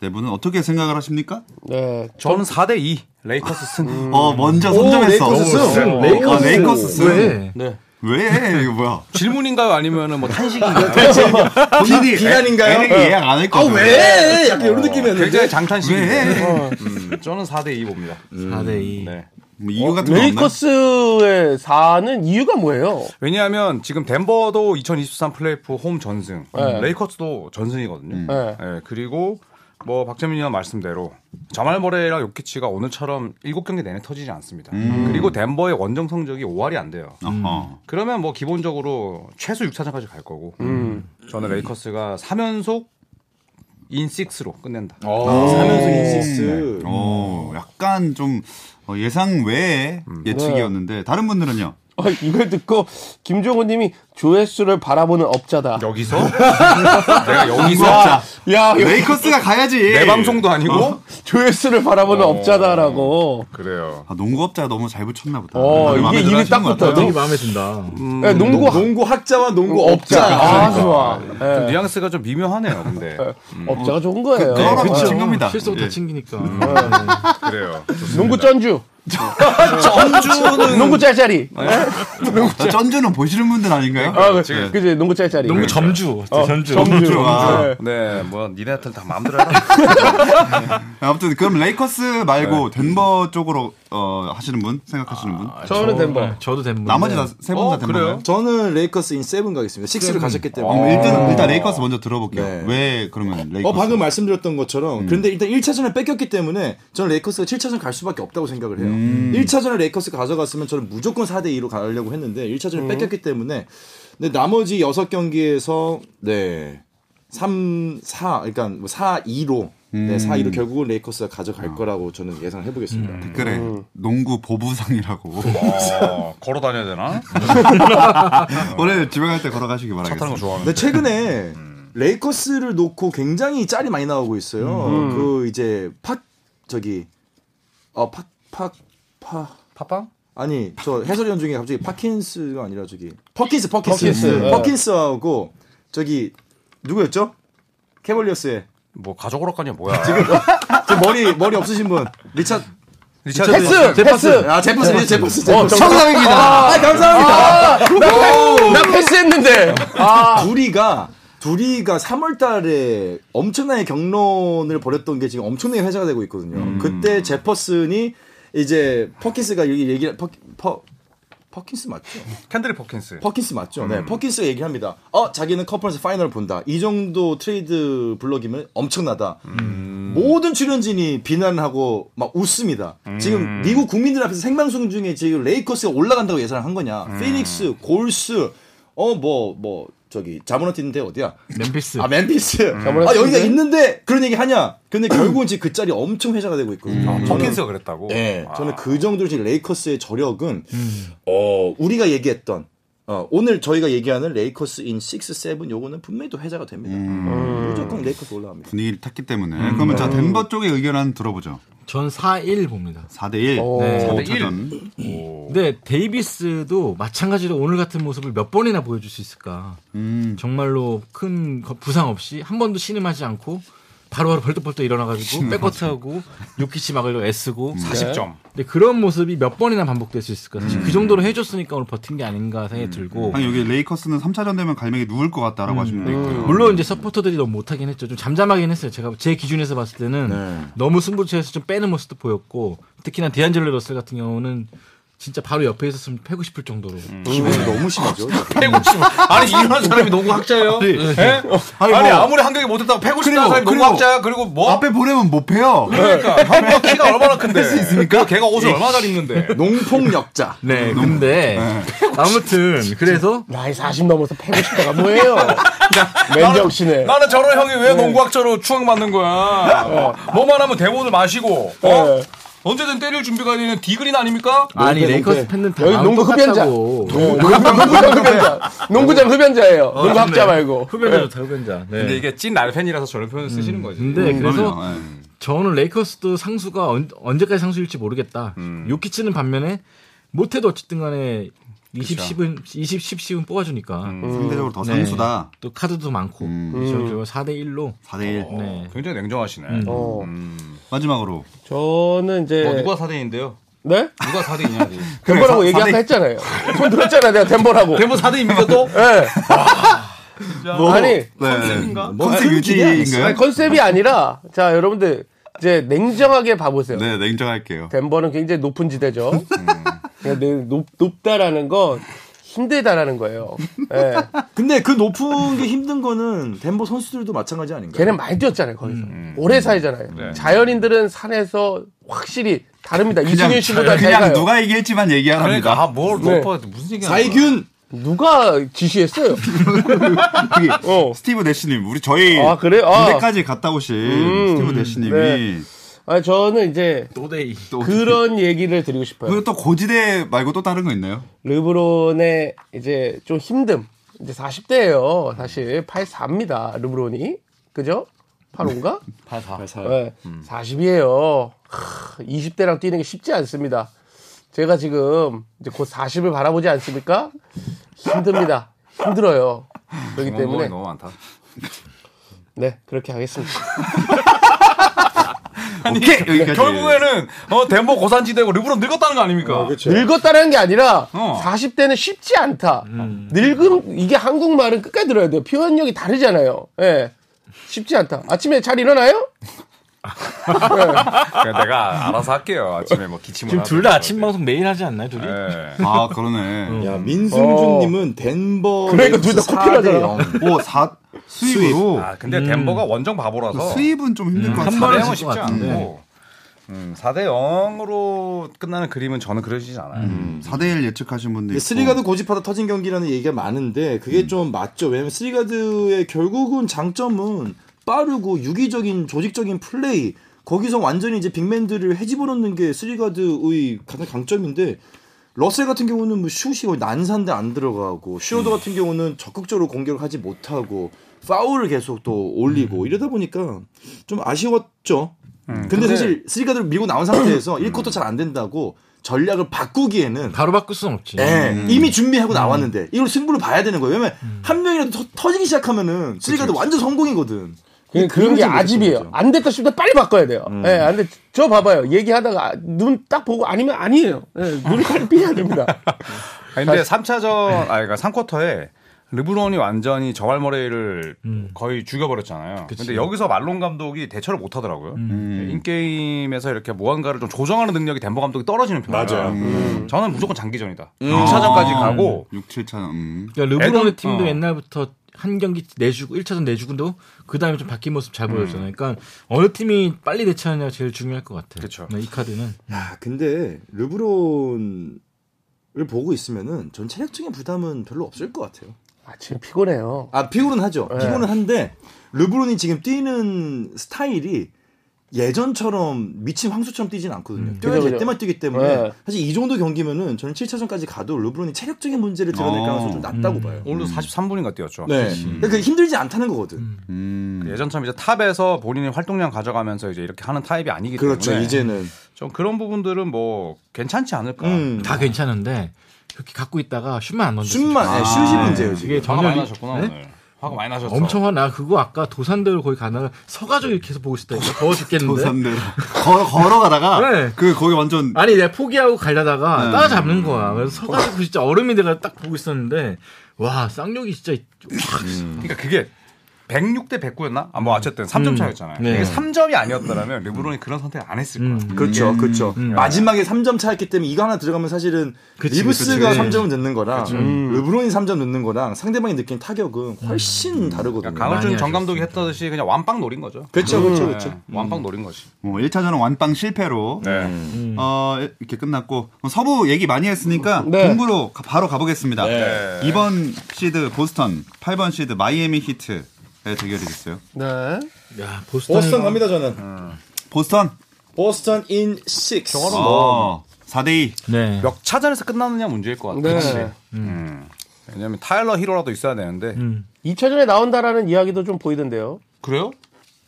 Speaker 1: 네 분은 어떻게 생각을 하십니까?
Speaker 3: 네.
Speaker 2: 저는 4대 2 레이커스 승.
Speaker 1: 어, 먼저
Speaker 5: 오,
Speaker 1: 3점했어. 아,
Speaker 5: 레이커스
Speaker 4: 아,
Speaker 5: 승.
Speaker 1: 레이커스, 레이커스 승.
Speaker 4: 왜?
Speaker 3: 네.
Speaker 1: 왜? 이거 뭐야?
Speaker 2: 질문인가요? 아니면은 뭐 탄식인가요?
Speaker 1: 본인이
Speaker 5: 아, 비난인가요?
Speaker 1: 애를 예약 안 했거든.
Speaker 5: 아 왜? 약간 이런 느낌이었는데.
Speaker 2: 굉장히
Speaker 1: 왜?
Speaker 2: 장탄식인데. 음, 저는 4대 2 봅니다.
Speaker 4: 4대 2.
Speaker 2: 네.
Speaker 1: 뭐 이유 같은 거 없나?
Speaker 3: 레이커스의 4는 이유가 뭐예요?
Speaker 2: 왜냐하면 지금 덴버도 2023 플레이오프 홈 전승,
Speaker 3: 네.
Speaker 2: 레이커스도 전승이거든요.
Speaker 3: 네.
Speaker 2: 예, 그리고 뭐 박재민 의원 말씀대로 자말 모레랑 요키치가 오늘처럼 7경기 내내 터지지 않습니다. 그리고 덴버의 원정 성적이 5할이 안 돼요.
Speaker 1: 음. 어허.
Speaker 2: 그러면 뭐 기본적으로 최소 6차전까지 갈 거고 음. 저는 레이커스가 3연속 인식스로 끝낸다.
Speaker 5: 사면서 인시스.
Speaker 1: 어, 약간 좀 어, 예상 외의 예측이었는데 다른 분들은요?
Speaker 3: 어, 이걸 듣고 김종호님이 조회수를 바라보는 업자다.
Speaker 2: 여기서 내가 여기서
Speaker 3: 아.
Speaker 1: 자,
Speaker 3: 야,
Speaker 1: 레이커스가 가야지.
Speaker 2: 내 방송도 아니고
Speaker 3: 조회수를 바라보는 업자다라고.
Speaker 2: 그래요.
Speaker 1: 아, 농구업자 너무 잘 붙였나 보다.
Speaker 3: 어,
Speaker 1: 다들
Speaker 3: 이게
Speaker 1: 마음에
Speaker 3: 입이
Speaker 1: 들어 하시는
Speaker 3: 딱
Speaker 1: 것
Speaker 3: 붙어요.
Speaker 1: 같아요.
Speaker 4: 되게 마음에 든다.
Speaker 3: 네, 농구, 학-
Speaker 5: 농구 학자와 농구 업자.
Speaker 3: 업자. 아, 좋아. 네.
Speaker 2: 좀 뉘앙스가 좀 미묘하네요. 근데
Speaker 3: 업자가 좋은 거예요.
Speaker 1: 그거라고
Speaker 3: 어,
Speaker 1: 아, 친 겁니다.
Speaker 4: 아, 실속
Speaker 1: 예. 네.
Speaker 4: 다 네. 챙기니까.
Speaker 2: 그래요.
Speaker 3: 농구 전주.
Speaker 2: 전주는
Speaker 3: 농구 짤짤이.
Speaker 1: 나 전주는 보시는 분들 아닌가요?
Speaker 3: 아, 그- 그지 농구 짤짤이.
Speaker 1: 그러니까.
Speaker 4: 농구 점주.
Speaker 1: 어,
Speaker 4: 점주.
Speaker 3: 점주.
Speaker 1: 아.
Speaker 3: 네.
Speaker 2: 네, 뭐 니네한테는 다 마음대로 해라.
Speaker 1: 네. 아무튼 그럼 레이커스 말고 덴버 쪽으로 어, 하시는 분 생각하시는 분?
Speaker 3: 아, 저는 덴버.
Speaker 4: 네, 저도 덴버.
Speaker 1: 나머지 다 세 분 다
Speaker 2: 어,
Speaker 1: 덴버예요.
Speaker 2: 그래요?
Speaker 5: 저는 레이커스 인 세븐 가겠습니다. 식스를 가셨기
Speaker 1: 그럼
Speaker 5: 때문에.
Speaker 1: 일단 일단 레이커스 먼저 들어볼게요.
Speaker 5: 네.
Speaker 1: 왜 그러면 아. 레이커스?
Speaker 5: 어 방금 말씀드렸던 것처럼 그런데 일단 1차전을 뺏겼기 때문에 저는 레이커스가 7차전 갈 수밖에 없다고 생각을 해요. 1차전을 레이커스가 가져갔으면 저는 무조건 4대 2로 가려고 했는데 1차전을 뺏겼기 때문에 근데 나머지 6경기에서 네. 3, 4, 그러니까 뭐 4, 2로 네, 4, 2로 결국은 레이커스가 가져갈 거라고 저는 예상을 해보겠습니다.
Speaker 1: 댓글에 음. 농구 보부상이라고
Speaker 2: 어, 걸어 다녀야 되나?
Speaker 1: 오늘 집에 갈 때 걸어가시기
Speaker 2: 차 타는 거
Speaker 1: 바라겠습니다.
Speaker 2: 좋아하는데.
Speaker 5: 근데 최근에 레이커스를 놓고 굉장히 짤이 많이 나오고 있어요. 그 이제 팍 저기 어팍팍파
Speaker 2: 파팡?
Speaker 5: 아니 저 해설위원 중에 갑자기 파킨스가 아니라 저기 퍼킨스 퍼킨스
Speaker 3: 퍼킨스.
Speaker 5: 음.
Speaker 3: 네.
Speaker 5: 퍼킨스하고 저기 누구였죠? 캐벌리어스의
Speaker 2: 뭐 가족 오락관이 뭐야?
Speaker 5: 저 머리 머리 없으신 분 리차
Speaker 2: 리차드
Speaker 3: 패스! 패스!
Speaker 5: 아 제퍼스 제퍼스 제퍼스,
Speaker 3: 어,
Speaker 5: 제퍼스.
Speaker 3: 정상입니다.
Speaker 5: 아 감사합니다.
Speaker 3: 나 패스했는데. 아.
Speaker 5: 둘이가 둘이가 3월달에 엄청나게 경론을 벌였던 게 지금 엄청나게 회자가 되고 있거든요. 그때 제퍼슨이 이제 퍼킨스가 여기 얘기 퍼, 퍼 퍼킨스 맞죠?
Speaker 2: 캔들리 퍼킨스.
Speaker 5: 퍼킨스
Speaker 3: 음.
Speaker 5: 맞죠? 네, 퍼킨스가 얘기합니다. 어, 자기는 컨퍼런스 파이널 본다. 이 정도 트레이드 블럭이면 엄청나다.
Speaker 3: 음.
Speaker 5: 모든 출연진이 비난하고 막 웃습니다.
Speaker 3: 음.
Speaker 5: 지금 미국 국민들 앞에서 생방송 중에 지금 레이커스가 올라간다고 예상을 한 거냐?
Speaker 3: 음.
Speaker 5: 피닉스, 골스, 어, 뭐, 뭐, 저기 자모노티 있는데 어디야?
Speaker 4: 멤피스.
Speaker 1: 네.
Speaker 5: 아 멤피스. 아
Speaker 3: 음. 자모노티
Speaker 5: 여기가
Speaker 3: 있는데?
Speaker 5: 있는데 그런 얘기 하냐? 근데 결국은 지금 그 짤이 엄청 회자가 되고
Speaker 3: 음.
Speaker 5: 있거든요.
Speaker 2: 아,
Speaker 5: 저는-
Speaker 2: 퍼킨스가 그랬다고.
Speaker 5: 네,
Speaker 2: 아.
Speaker 5: 저는 그 정도로 지금 레이커스의 저력은
Speaker 3: 음.
Speaker 5: 어, 우리가 얘기했던 어, 오늘 저희가 얘기하는 레이커스 인 6, 7 요거는 분명히 또 회자가 됩니다.
Speaker 3: 음.
Speaker 5: 음. 무조건 레이커스 올라갑니다.
Speaker 1: 분위기를 탔기 때문에 그러면 자 덴버 쪽의 의견 한 들어보죠.
Speaker 4: 전 4-1 봅니다.
Speaker 1: 4대 1.
Speaker 3: 오.
Speaker 4: 네.
Speaker 1: 4대
Speaker 2: 4대 1.
Speaker 1: 1.
Speaker 4: 어. 근데 데이비스도 마찬가지로 오늘 같은 모습을 몇 번이나 보여줄 수 있을까?
Speaker 1: 음.
Speaker 4: 정말로 큰 거- 부상 없이 한 번도 신음하지 않고 바로바로 벌떡벌떡 일어나가지고 백커트하고 요키치 막으려고
Speaker 1: 음.
Speaker 4: 애쓰고
Speaker 2: 40점.
Speaker 4: 근데 그런 모습이 몇 번이나 반복될 수 있을까? 사실 그 정도로 해줬으니까 오늘 버틴 게 아닌가 생각이 들고
Speaker 1: 음. 아니 여기 레이커스는 3차전 되면 갈매기 누울 것 같다라고 하시면 되고요.
Speaker 4: 물론 이제 서포터들이 너무 못하긴 했죠. 좀 잠잠하긴 했어요. 제가 제 기준에서 봤을 때는
Speaker 1: 네.
Speaker 4: 너무 승부처에서 좀 빼는 모습도 보였고 특히나 디안젤로 러셀 같은 경우는 진짜 바로 옆에 있었으면 패고 싶을 정도로
Speaker 3: 음.
Speaker 5: 기분이 너무 심하죠.
Speaker 2: 150. 아니 이런 사람이 농구 학자예요? 아니, 네. 아니,
Speaker 1: 뭐.
Speaker 2: 아무리 한경이 못했다고 150
Speaker 1: 그리고,
Speaker 2: 는 사람이 농구
Speaker 1: 그리고
Speaker 2: 학자야. 그리고 뭐
Speaker 1: 앞에 보내면 못 패요.
Speaker 2: 그러니까 형과 키가 얼마나 큰데? 수 있습니까? 예. 걔가 옷을 얼마나 잘 입는데?
Speaker 5: 농폭력자.
Speaker 4: 네, 근데 아무튼 그래서
Speaker 3: 나이 40 넘어서 패고 싶다가 뭐예요? 맨정신에.
Speaker 2: 나는 저런 형이 왜 농구학자로 추앙받는 거야? 뭐만 하면 대본을 마시고 어?
Speaker 3: 네.
Speaker 2: 언제든 때릴 준비가 되는 디그린 아닙니까?
Speaker 4: 아니 네.
Speaker 5: 농구,
Speaker 4: 레이커스
Speaker 5: 농구.
Speaker 4: 팬들 다
Speaker 3: 여기
Speaker 4: 마음
Speaker 3: 농구 흡연자.
Speaker 4: 똑같다고.
Speaker 3: 네. 농구- 농구장 흡연자. 어, 농구장 흡연자예요. 농구 학자 말고.
Speaker 4: 흡연자 좋다 흡연자. 네.
Speaker 2: 근데 이게 찐 날팬이라서 저런 표현을 쓰시는 거지.
Speaker 4: 근데 네, 그래서
Speaker 1: 그럼요. 예.
Speaker 4: 저는 레이커스도 상수가 언, 제까지 상수일지 모르겠다. 요키치는 반면에 못해도 어쨌든 간에 20, 10은, 20, 10, 10은 뽑아주니까.
Speaker 1: 상대적으로
Speaker 2: 네.
Speaker 1: 더 선수다.
Speaker 4: 또 카드도 많고. 그래서 결국 4대1로.
Speaker 1: 4대 1.
Speaker 2: 어,
Speaker 4: 네.
Speaker 2: 굉장히 냉정하시네.
Speaker 3: 어.
Speaker 1: 마지막으로
Speaker 3: 저는 이제.
Speaker 2: 어, 누가 4대인데요?
Speaker 3: 네?
Speaker 2: 누가 4대이냐고.
Speaker 3: 덴버라고
Speaker 1: 그래,
Speaker 3: 얘기
Speaker 1: 사-
Speaker 3: 아까 했잖아요. 손 들었잖아, 내가 덴버라고.
Speaker 2: 대본 4대입니까 또?
Speaker 3: 예. 아니,
Speaker 1: 네. 컨셉인가?
Speaker 5: 뭐,
Speaker 1: 컨셉
Speaker 3: 아니,
Speaker 1: 유지인가요?
Speaker 3: 컨셉이 아니라, 자, 여러분들, 이제 냉정하게 봐보세요.
Speaker 1: 네, 냉정할게요.
Speaker 3: 덴버는 굉장히 높은 지대죠.
Speaker 1: 음.
Speaker 3: 그러니까 늘 높, 높다라는 건 힘들다라는 거예요. 예.
Speaker 5: 근데 그 높은 게 힘든 거는 덴버 선수들도 마찬가지 아닌가요?
Speaker 3: 걔는 많이 뛰었잖아요, 거기서.
Speaker 1: 음.
Speaker 3: 오래 살잖아요.
Speaker 2: 네.
Speaker 3: 자연인들은 산에서 확실히 다릅니다. 이승윤 씨보다 잘
Speaker 1: 그냥
Speaker 3: 가요.
Speaker 1: 누가 얘기했지만
Speaker 2: 그러니까
Speaker 1: 얘기하랍니다.
Speaker 2: 아, 뭘
Speaker 3: 네.
Speaker 2: 높아 무슨 얘기야?
Speaker 5: 사이균
Speaker 3: 누가 지시했어요?
Speaker 1: 여기
Speaker 3: 어.
Speaker 1: 스티브 대시님, 우리 저희
Speaker 3: 아, 그래요? 아.
Speaker 1: 군대까지 갔다 오신 스티브 대시님이
Speaker 3: 네. 아, 저는 이제
Speaker 4: 또데이.
Speaker 1: 또
Speaker 3: 그런 얘기를 드리고 싶어요.
Speaker 1: 그리고 또 고지대 말고 또 다른 거 있나요?
Speaker 3: 르브론의 이제 좀 힘듦. 이제 40대예요. 사실 84입니다. 르브론이. 그죠? 85인가? 84. 네, 40이에요. 20대랑 뛰는 게 쉽지 않습니다. 제가 지금 이제 곧 40을 바라보지 않습니까? 힘듭니다. 힘들어요. 그렇기
Speaker 2: 농구가
Speaker 3: 때문에
Speaker 2: 너무 많다.
Speaker 3: 네, 그렇게 하겠습니다.
Speaker 1: 오케이, 여기까지.
Speaker 2: 결국에는 어, 덴버 고산지대고 르브론 늙었다는 거 아닙니까?
Speaker 3: 그렇죠. 늙었다는 게 아니라
Speaker 2: 어.
Speaker 3: 40대는 쉽지 않다. 늙음 이게 한국말은 끝까지 들어야 돼요. 표현력이 다르잖아요. 예. 쉽지 않다. 아침에 잘 일어나요?
Speaker 2: 그냥 그러니까 내가 알아서 할게요. 아침에 뭐 기침을
Speaker 4: 지금
Speaker 2: 하든
Speaker 4: 둘 다
Speaker 2: 뭐
Speaker 4: 아침 방송 매일 하지 않나요, 둘이?
Speaker 2: 예.
Speaker 1: 아, 그러네.
Speaker 5: 야 민승준님은 덴버
Speaker 3: 음. 어. 그러니까 둘다
Speaker 5: 레이커스
Speaker 3: 커피를
Speaker 5: 4대
Speaker 3: 하잖아.
Speaker 5: 0.
Speaker 1: 오, 4 뭐, 수입으로. 그
Speaker 2: 아 근데 덴버가 원정 바보라서
Speaker 1: 수입은 좀 힘들 것
Speaker 4: 음. 그 한
Speaker 1: 같아요.
Speaker 4: 번은
Speaker 2: 대응은
Speaker 4: 질
Speaker 2: 쉽지
Speaker 4: 것 같은데.
Speaker 2: 않고 음, 4대 0으로 끝나는 그림은 저는 그려지지
Speaker 4: 음.
Speaker 2: 않아요. 음.
Speaker 1: 4대1 예측하신 분도 있고.
Speaker 5: 쓰리가드 고집하다 터진 경기라는 얘기가 많은데 그게 좀 맞죠. 왜냐면 쓰리가드의 결국은 장점은 빠르고 유기적인 조직적인 플레이 거기서 완전히 이제 빅맨들을 해집어넣는 게 쓰리가드의 가장 강점인데 러셀 같은 경우는 뭐 슛이 거의 난산데 안 들어가고 슈로더 같은 경우는 적극적으로 공격을 하지 못하고 파울을 계속 또 올리고 이러다 보니까 좀 아쉬웠죠. 음.
Speaker 2: 근데-
Speaker 5: 근데, 사실 쓰리가드를 밀고 나온 상태에서 1쿼터 잘 안 된다고 전략을 바꾸기에는
Speaker 4: 바로 바꿀 수는 없지.
Speaker 5: 예,
Speaker 3: 음.
Speaker 5: 이미 준비하고 나왔는데 이걸 승부를 봐야 되는 거예요. 왜냐면 한 명이라도 터, 지기 시작하면은 쓰리가드 완전 성공이거든.
Speaker 3: 그렇죠, 그, 그런 게 아집이에요. 안 됐다 싶다 빨리 바꿔야 돼요. 예, 안 돼. 저 봐봐요. 얘기하다가 아, 눈 딱 보고 아니면 아니에요. 예, 눈을 빨리 삐야 됩니다.
Speaker 2: 아니,
Speaker 4: 네.
Speaker 2: 근데 3차전, 아, 그러니까 3쿼터에 르브론이 완전히 저갈 머레이를
Speaker 4: 음.
Speaker 2: 거의 죽여버렸잖아요. 근데 여기서 말론 감독이 대처를 못 하더라고요.
Speaker 4: 음.
Speaker 5: 음.
Speaker 1: 음.
Speaker 2: 네. 인게임에서 이렇게 무언가를 좀 조정하는 능력이 덴버 감독이 떨어지는 편이에요. 맞아요.
Speaker 5: 음.
Speaker 2: 저는 무조건 장기전이다.
Speaker 5: 아.
Speaker 2: 6차전까지 가고
Speaker 1: 6, 7차. 음.
Speaker 4: 그러니까 르브론의
Speaker 2: 애들-
Speaker 4: 팀도
Speaker 2: 어.
Speaker 4: 옛날부터 한 경기 내주고 1차전 내주고도 그 다음에 좀 바뀐 모습 잘 보여줬잖아요. 그러니까 어느 팀이 빨리 대처하냐 가 제일 중요할 것 같아요.
Speaker 2: 그쵸.
Speaker 4: 네, 이 카드는
Speaker 5: 야, 근데 르브론을 보고 있으면은 전 체력적인 부담은 별로 없을 것 같아요.
Speaker 3: 아, 지금 피곤해요.
Speaker 5: 아 피곤은 하죠.
Speaker 3: 네.
Speaker 5: 피곤은 한데 르브론이 지금 뛰는 스타일이 예전처럼 미친 황수처럼 뛰진 않거든요. 뛰어야
Speaker 3: 음, 그죠,
Speaker 5: 될
Speaker 3: 그죠.
Speaker 5: 때만 뛰기 때문에
Speaker 3: 네.
Speaker 5: 사실 이 정도 경기면은 저는 7차전까지 가도 르브론이 체력적인 문제를 드러낼
Speaker 3: 아.
Speaker 1: 어.
Speaker 5: 가능성이 좀 낮다고 봐요.
Speaker 2: 오늘도 43분인가 뛰었죠.
Speaker 5: 음.
Speaker 2: 그
Speaker 5: 네, 그러니까 힘들지 않다는 거거든.
Speaker 1: 음.
Speaker 2: 예전처럼 이제 탑에서 본인의 활동량 가져가면서 이제 이렇게 하는 타입이 아니기 때문에
Speaker 5: 그렇죠.
Speaker 4: 네.
Speaker 5: 이제는
Speaker 2: 좀 그런 부분들은 뭐 괜찮지 않을까.
Speaker 5: 음.
Speaker 4: 아, 다 괜찮은데 그렇게 갖고 있다가 슛만 안 넣는.
Speaker 5: 숨만 아, 슛이 문제예요 지금.
Speaker 4: 이게
Speaker 2: 화가 많이
Speaker 4: 전혀
Speaker 2: 나셨구나 오늘. 화가 많이 나셨어.
Speaker 4: 엄청 화나 그거 아까 도산대로 거의 가다가 서가족이 계속 보고 있었다니까 더워 죽겠는데
Speaker 1: 도산대로 걸어, 걸어가다가
Speaker 4: 네.
Speaker 1: 그 거기 완전
Speaker 4: 아니 내가 포기하고 가려다가 따라잡는 거야 그래서 서가지고 진짜 얼음이 돼가 딱 보고 있었는데 와 쌍욕이 진짜
Speaker 2: 그러니까 그게 106 대 109였나? 아, 뭐 어쨌든 3점
Speaker 4: 음.
Speaker 2: 차였잖아요.
Speaker 4: 네. 음.
Speaker 2: 이게 3점이 아니었더라면 르브론이 그런 선택 안 했을 거야.
Speaker 5: 그렇죠, 그렇죠. 마지막에 3점 차였기 때문에 이거 하나 들어가면 사실은
Speaker 4: 그치,
Speaker 5: 리브스가
Speaker 4: 그치. 음.
Speaker 5: 3점을 넣는 거랑
Speaker 3: 음.
Speaker 5: 르브론이 3점 넣는 거랑 상대방이 느낀 타격은 훨씬 다르거든요.
Speaker 2: 그러니까 강원준
Speaker 4: 많이
Speaker 2: 전 감독이 했다듯이 그냥 완빵 노린 거죠.
Speaker 5: 그렇죠,
Speaker 4: 음.
Speaker 5: 그렇죠, 그렇죠. 네.
Speaker 2: 네, 완빵 노린 거지.
Speaker 1: 뭐 1차전은 완빵 실패로
Speaker 4: 음.
Speaker 2: 음.
Speaker 1: 어, 이렇게 끝났고 서부 얘기 많이 했으니까
Speaker 3: 네.
Speaker 1: 동부로 가- 바로 가보겠습니다.
Speaker 2: 네.
Speaker 1: 2번 시드 보스턴, 8번 시드 마이애미 히트의 대결이 됐어요.
Speaker 3: 네.
Speaker 4: 야 보스턴
Speaker 5: 보스턴 갑니다 저는.
Speaker 4: 음.
Speaker 1: 보스턴
Speaker 5: 보스턴 아, 인 6.
Speaker 4: 뭐?
Speaker 1: 어, 4대2
Speaker 4: 네
Speaker 2: 몇 차전에서 끝났느냐 문제일 것 같아.
Speaker 3: 네.
Speaker 2: 음. 왜냐면 타일러 히로라도 있어야 되는데.
Speaker 3: 2차전에 나온다라는 이야기도 좀 보이던데요.
Speaker 2: 그래요?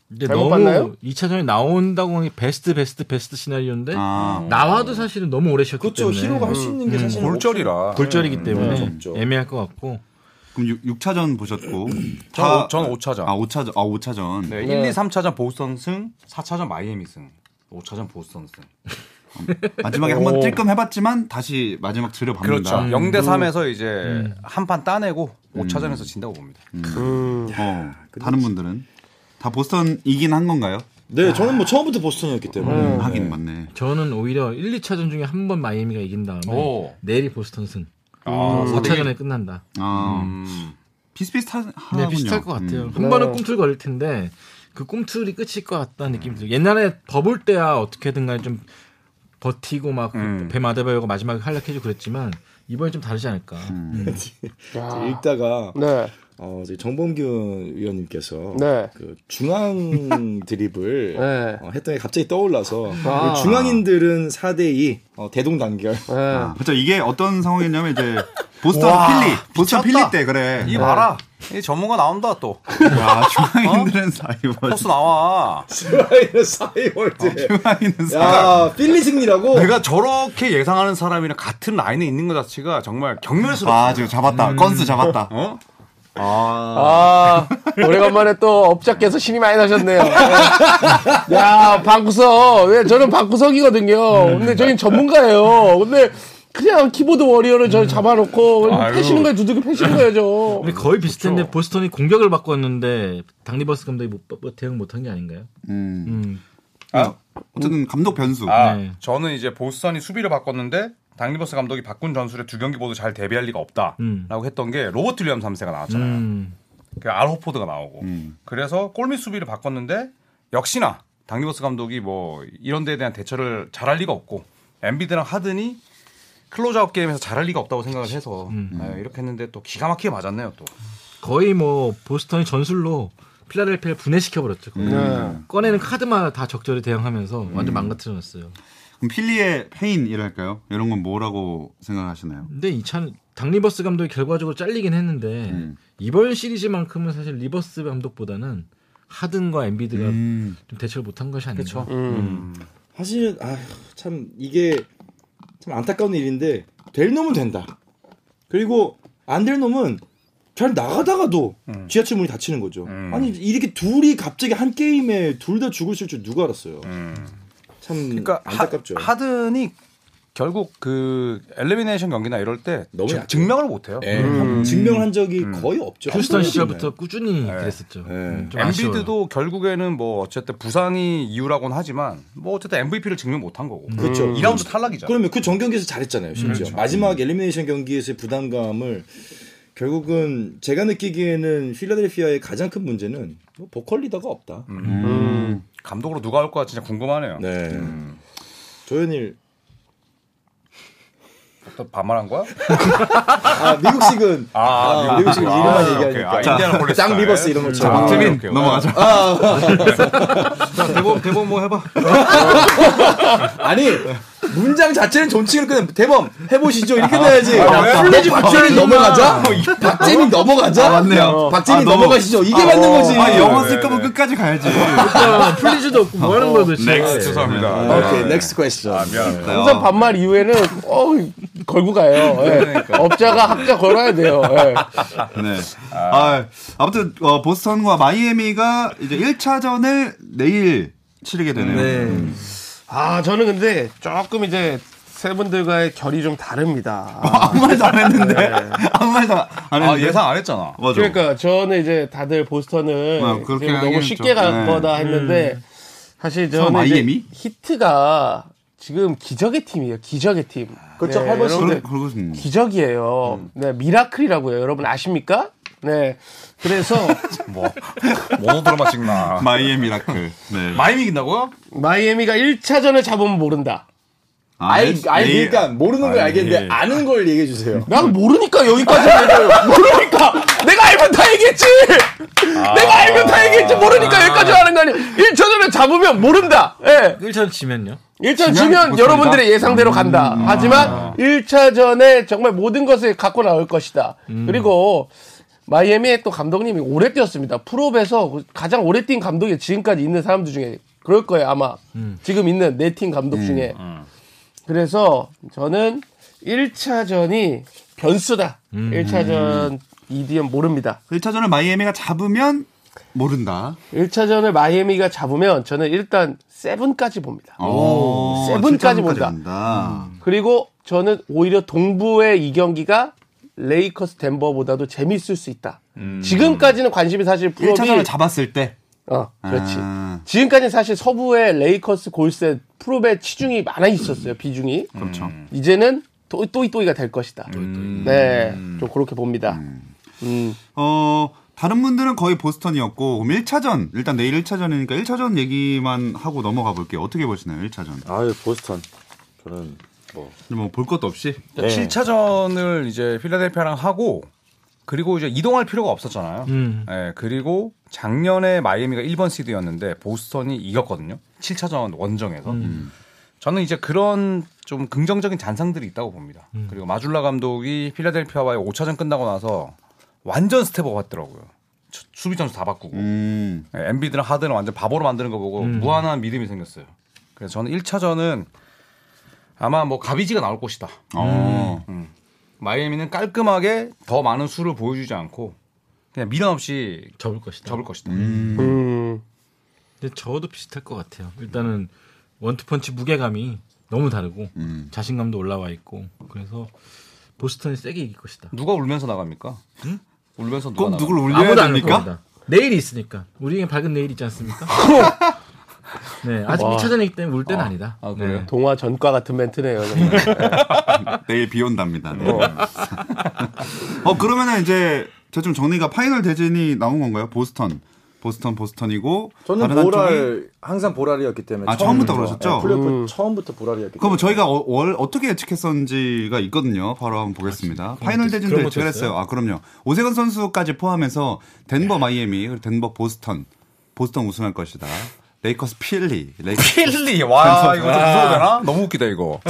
Speaker 4: 근데
Speaker 3: 잘못
Speaker 4: 너무
Speaker 3: 봤나요?
Speaker 4: 2차전에 나온다고 하는 게 베스트 베스트 베스트 시나리오인데
Speaker 1: 아.
Speaker 4: 나와도 사실은 너무 오래 쉬었기
Speaker 5: 그렇죠.
Speaker 4: 때문에 음.
Speaker 5: 히로가 할 수 있는 게
Speaker 3: 음,
Speaker 5: 사실
Speaker 2: 골절이라.
Speaker 4: 골절이기 때문에
Speaker 5: 없죠.
Speaker 4: 애매할 것 같고
Speaker 1: 그럼 6, 차전 보셨고
Speaker 2: 전, 전 5차전.
Speaker 1: 아 5차전 아 5차전
Speaker 2: 네, 1, 2, 3차전 보스턴 승, 4차전 마이애미 승, 5차전 보스턴 승.
Speaker 1: 마지막에 한번 찔끔 해봤지만 다시 마지막 들여봤는다. 음.
Speaker 2: 그렇죠. 0대 3에서 이제 한 판 따내고 5차전에서 진다고 봅니다.
Speaker 3: 음.
Speaker 1: 어, 다른 분들은 다 보스턴 이긴 한 건가요?
Speaker 5: 네, 저는 뭐 처음부터 보스턴이었기 때문에.
Speaker 1: 하긴 맞네.
Speaker 4: 저는 오히려 1, 2차전 중에 한 번 마이애미가 이긴 다음에
Speaker 2: 오.
Speaker 4: 내일이 보스턴 승 음,
Speaker 2: 아,
Speaker 4: 4차전에 끝난다
Speaker 1: 아
Speaker 2: 음.
Speaker 1: 비슷비슷하군요. 음.
Speaker 4: 네, 비슷할 것 같아요. 한 번은 꿈틀 거릴 텐데 그 꿈틀이 끝일 것 같다는 느낌이 들어요. 옛날에 버블 때야 어떻게든 간에 좀 버티고 막뱀 아데바요가 마지막에 활약해주고 그랬지만 이번엔 좀 다르지 않을까.
Speaker 5: 저 아, 읽다가
Speaker 3: 네.
Speaker 5: 어, 저기 정범균 위원님께서
Speaker 3: 네.
Speaker 5: 그 중앙 드립을
Speaker 3: 네.
Speaker 5: 어, 했던 게 갑자기 떠올라서
Speaker 3: 아.
Speaker 5: 그 중앙인들은 4대2 대동 단결.
Speaker 3: 네.
Speaker 1: 그렇죠. 이게 어떤 상황이냐면 이제 보스턴 필리, 보스턴 필리 때 그래.
Speaker 2: 이 봐라. 이 전문가 나온다 또.
Speaker 1: 와
Speaker 2: 어?
Speaker 1: 중앙인들은 사이버,
Speaker 2: 포스 나와.
Speaker 5: 중앙인은 사이월드.
Speaker 1: 중앙인은 사이버.
Speaker 5: 아, 야, 필리 승리라고.
Speaker 2: 내가 저렇게 예상하는 사람이랑 같은 라인에 있는 것 자체가 정말 경멸스러워.
Speaker 1: 아 지금 잡았다. 건스 잡았다.
Speaker 2: 어?
Speaker 3: 아, 오래간만에 또 업자께서 신이 많이 나셨네요. 예. 야, 방구석. 왜 저는 방구석이거든요. 근데 저희 전문가예요. 근데 그냥 키보드 워리어를 저를 잡아놓고 그냥
Speaker 2: 아유.
Speaker 3: 패시는 거예요. 두둑이 패시는 거예요, 저.
Speaker 4: 근데
Speaker 2: 그렇죠.
Speaker 4: 거의 비슷한데 보스턴이 공격을 바꿨는데 당리버스 감독이 못, 못- 대응 못한 게 아닌가요?
Speaker 1: 음.
Speaker 4: 음.
Speaker 1: 아, 어쨌든 감독 변수.
Speaker 2: 아,
Speaker 4: 네.
Speaker 2: 저는 이제 보스턴이 수비를 바꿨는데 당리버스 감독이 바꾼 전술에 두 경기 모두 잘 대비할 리가 없다라고
Speaker 4: 음.
Speaker 2: 했던 게 로버트 윌리엄 3세가 나왔잖아요.
Speaker 4: 음.
Speaker 2: 그 알호포드가 나오고
Speaker 1: 음.
Speaker 2: 그래서 골밑 수비를 바꿨는데 역시나 당리버스 감독이 뭐 이런 데에 대한 대처를 잘할 리가 없고 엠비드랑 하든이 클로즈아웃 게임에서 잘할 리가 없다고 생각을 해서
Speaker 4: 음.
Speaker 2: 네, 이렇게 했는데 또 기가 막히게 맞았네요 또.
Speaker 4: 거의 뭐 보스턴이 전술로 필라델피아를 분해시켜 버렸죠.
Speaker 1: 네.
Speaker 4: 꺼내는 카드마다 다 적절히 대응하면서
Speaker 1: 음.
Speaker 4: 완전 망가뜨려놨어요.
Speaker 1: 그럼 필리의 페인이랄까요? 이런 건 뭐라고 생각하시나요?
Speaker 4: 근데 이찬 당리버스 감독이 결과적으로 잘리긴 했는데
Speaker 1: 음.
Speaker 4: 이번 시리즈만큼은 사실 리버스 감독보다는 하든과 엠비드가
Speaker 1: 음.
Speaker 4: 좀 대처를 못한 것이 아닌가.
Speaker 2: 그쵸.
Speaker 5: 음. 사실 아참 이게 참 안타까운 일인데 될 놈은 된다. 그리고 안 될 놈은 잘 나가다가도 지하철 문이 닫히는 거죠.
Speaker 2: 음.
Speaker 5: 아니 이렇게 둘이 갑자기 한 게임에 둘 다 죽을 줄 누가 알았어요.
Speaker 2: 음.
Speaker 5: 참
Speaker 2: 그러니까
Speaker 5: 안타깝죠.
Speaker 2: 하, 든이 결국 그 엘리미네이션 경기나 이럴 때
Speaker 5: 너무
Speaker 2: 증-
Speaker 5: 약해요.
Speaker 2: 증명을 못 해요.
Speaker 5: 예, 증명한 적이 거의 없죠.
Speaker 4: 휴스턴
Speaker 5: 한 번도
Speaker 4: 시절부터 꾸준히 그랬었죠.
Speaker 5: 네.
Speaker 4: 좀 아쉬워요.
Speaker 2: 엠비드도 결국에는 뭐 어쨌든 부상이 이유라고는 하지만 뭐 어쨌든 MVP를 증명 못한 거고.
Speaker 5: 그렇죠.
Speaker 2: 2라운드 음. 탈락이죠.
Speaker 5: 그러면 그 전 경기에서 잘했잖아요. 심지어 마지막 엘리미네이션 경기에서의 부담감을 결국은 제가 느끼기에는 필라델피아의 가장 큰 문제는 뭐 보컬 리더가 없다.
Speaker 2: 음. 감독으로 누가 올까 진짜 궁금하네요.
Speaker 5: 네. 조현일
Speaker 2: 또 반말한 거야?
Speaker 5: 아 미국식은 아, 미국식은
Speaker 2: 아,
Speaker 5: 이름만
Speaker 2: 오케이.
Speaker 5: 얘기하니까
Speaker 2: 아, 인디애나 폴리스
Speaker 5: 짱
Speaker 2: 스타일.
Speaker 5: 리버스 이런 것처럼
Speaker 2: 아,
Speaker 5: 아,
Speaker 2: 오케이,
Speaker 1: 박재민
Speaker 2: 오케이.
Speaker 1: 넘어가자.
Speaker 2: 자, 대본 대본 뭐 해봐.
Speaker 5: 아니 문장 자체는 존칭을 그냥 대범 해보시죠 이렇게 돼야지
Speaker 2: 왜?
Speaker 5: 플래지 박재민 넘어가자 박재민 넘어가자
Speaker 1: 맞네요.
Speaker 5: 박재민
Speaker 1: 아, 너무-
Speaker 5: 넘어가시죠 이게
Speaker 1: 아,
Speaker 5: 맞는 거지
Speaker 1: 아, 영어
Speaker 2: 네,
Speaker 1: 쓸 거면
Speaker 2: 네.
Speaker 1: 끝까지 가야지.
Speaker 4: 그러니까 풀리지도 없고 뭐 하는 거야 도대체.
Speaker 2: 어, 넥스 아, 죄송합니다.
Speaker 5: 오케이 넥스트 퀘스천
Speaker 3: 항상 반말 이후에는 어 걸고 가요. 예. 업자가 학자 걸어야 돼요. 예.
Speaker 1: 네. 아, 아무튼 어, 보스턴과 마이애미가 이제 1차전을 내일 치르게 되네요.
Speaker 3: 아 저는 근데 조금 이제 세 분들과의 결이 좀 다릅니다.
Speaker 1: 아무 말도 안 했는데 네. 아무 말도 안
Speaker 2: 아
Speaker 1: 했는데.
Speaker 2: 예상 안 했잖아.
Speaker 1: 맞아.
Speaker 3: 그러니까 저는 이제 다들 보스턴을
Speaker 1: 아, 그렇게
Speaker 3: 지금
Speaker 1: 하기에는
Speaker 3: 너무
Speaker 1: 좀,
Speaker 3: 쉽게 갈
Speaker 1: 네.
Speaker 3: 거다 했는데 사실 저는
Speaker 1: 참,
Speaker 3: 이제
Speaker 1: 마이애미?
Speaker 3: 히트가 지금 기적의 팀이에요. 기적의 팀. 네,
Speaker 5: 그렇죠, 팔번 시즌.
Speaker 3: 여러분들
Speaker 1: 그런 그러고 싶네요.
Speaker 3: 기적이에요.
Speaker 1: 음.
Speaker 3: 네, 미라클이라고요. 여러분 아십니까? 네. 그래서
Speaker 2: 뭐 모노드라마 찍나.
Speaker 1: 마이애미라클. 네.
Speaker 2: 마이미 이긴다고요?
Speaker 3: 마이애미가 1차전을 잡으면 모른다.
Speaker 1: 아,
Speaker 5: 아이, 아이,
Speaker 1: 내일-
Speaker 5: 그러니까 모르는 걸 알겠는데
Speaker 2: 예.
Speaker 5: 아는 걸 얘기해 주세요.
Speaker 3: 난
Speaker 1: 음.
Speaker 3: 모르니까 여기까지 얘기해요. 모르니까 내가 알면 다 얘기했지.
Speaker 1: 아.
Speaker 3: 내가 알면 다 얘기했지. 모르니까 여기까지 하는 거 아니야. 1차전을 잡으면 모른다. 예.
Speaker 4: 1전 지면요?
Speaker 3: 1차
Speaker 1: 지면
Speaker 3: 지면 여러분들의
Speaker 1: 음.
Speaker 3: 예상대로 간다.
Speaker 1: 아.
Speaker 3: 하지만 1차전에 정말 모든 것을 갖고 나올 것이다.
Speaker 1: 음.
Speaker 3: 그리고 마이애미의 또 감독님이 오래 뛰었습니다. 프로에서 가장 오래 뛴 감독이 지금까지 있는 사람들 중에 그럴 거예요, 아마.
Speaker 1: 음.
Speaker 3: 지금 있는 네 팀 감독 중에. 그래서 저는 1차전이 변수다.
Speaker 1: 음.
Speaker 3: 1차전 이디언 모릅니다.
Speaker 1: 1차전을 마이애미가 잡으면 모른다.
Speaker 3: 1차전을 마이애미가 잡으면 저는 일단 세븐까지 봅니다.
Speaker 1: 오,
Speaker 3: 세븐까지
Speaker 1: 7차전까지
Speaker 3: 본다. 음.
Speaker 1: 간다.
Speaker 3: 그리고 저는 오히려 동부의 이 경기가 레이커스 덴버보다도 재밌을 수 있다. 지금까지는 관심이 사실 프로비
Speaker 1: 1차전을 잡았을 때
Speaker 3: 어, 그렇지.
Speaker 1: 아.
Speaker 3: 지금까지는 사실 서부의 레이커스 골세 프로의 치중이 많아 있었어요. 비중이.
Speaker 1: 그렇죠.
Speaker 3: 이제는 또, 음. 또이또이가 될 것이다. 네. 좀 그렇게 봅니다. 음.
Speaker 1: 어, 다른 분들은 거의 보스턴이었고, 그럼 1차전, 일단 내일 1차전이니까 1차전 얘기만 하고 넘어가 볼게요. 어떻게 보시나요, 1차전?
Speaker 6: 아유 보스턴 저는
Speaker 1: 뭐, 볼 것도 없이.
Speaker 6: 네.
Speaker 2: 7차전을 그러니까 이제 필라델피아랑 하고 그리고 이제 이동할 필요가 없었잖아요. 예, 그리고 작년에 마이애미가 1번 시드였는데 보스턴이 이겼거든요. 7차전 원정에서. 저는 이제 그런 좀 긍정적인 잔상들이 있다고 봅니다. 그리고 마줄라 감독이 필라델피아와의 5차전 끝나고 나서 완전 스텝업 했더라고요. 수- 수비 점수 다 바꾸고.
Speaker 1: 음,
Speaker 2: 예, 엔비드랑 하드는 완전 바보로 만드는 거 보고 무한한 믿음이 생겼어요. 그래서 저는 1차전은 아마 뭐 가비지가 나올 것이다. 음.
Speaker 1: 어,
Speaker 2: 마이애미는 깔끔하게 더 많은 수를 보여주지 않고 그냥 미련 없이
Speaker 4: 접을 것이다.
Speaker 2: 접을 것이다.
Speaker 3: 음.
Speaker 4: 근데 저도 비슷할 것 같아요. 일단은 원투펀치 무게감이 너무 다르고 자신감도 올라와 있고 그래서 보스턴이 세게 이길 것이다.
Speaker 2: 누가 울면서 나갑니까? 울면서 누가
Speaker 1: 꼭
Speaker 2: 나가?
Speaker 1: 누굴
Speaker 4: 아무도
Speaker 1: 올려야
Speaker 4: 안올
Speaker 1: 됩니까?
Speaker 4: 겁니다. 내일이 있으니까 우리에게 밝은 내일이 있지 않습니까? 네 아직 2차전이기 때문에 울 때는 아니다.
Speaker 2: 아, 그래요?
Speaker 4: 네.
Speaker 3: 동화 전과 같은 멘트네요. 정말.
Speaker 1: 내일 비 온답니다. 네. 어, 그러면은 이제, 대충 정리가 파이널 대진이 나온 건가요? 보스턴. 보스턴 보스턴이고
Speaker 6: 저는
Speaker 1: 다른
Speaker 6: 보랄
Speaker 1: 한쪽이
Speaker 6: 항상 보랄이었기 때문에
Speaker 1: 아, 처음부터
Speaker 6: 처음부터.
Speaker 1: 그러셨죠?
Speaker 6: 네, 플레이오프 처음부터 보랄이었기
Speaker 1: 그럼
Speaker 6: 때문에
Speaker 1: 뭐 저희가 어, 월 어떻게 예측했었는지가 있거든요. 바로 한번 보겠습니다. 파이널 대진도
Speaker 4: 그런 것도
Speaker 1: 예측을 했어요.
Speaker 4: 있어요?
Speaker 1: 아 그럼요. 오세건 선수까지 포함해서 덴버 마이애미, 그리고 덴버 보스턴, 보스턴 우승할 것이다. 레이커스 네. 필리, 레이커스, 아.
Speaker 2: 필리 와 아, 이거 좀 무서워 되나? 너무 웃기다 이거.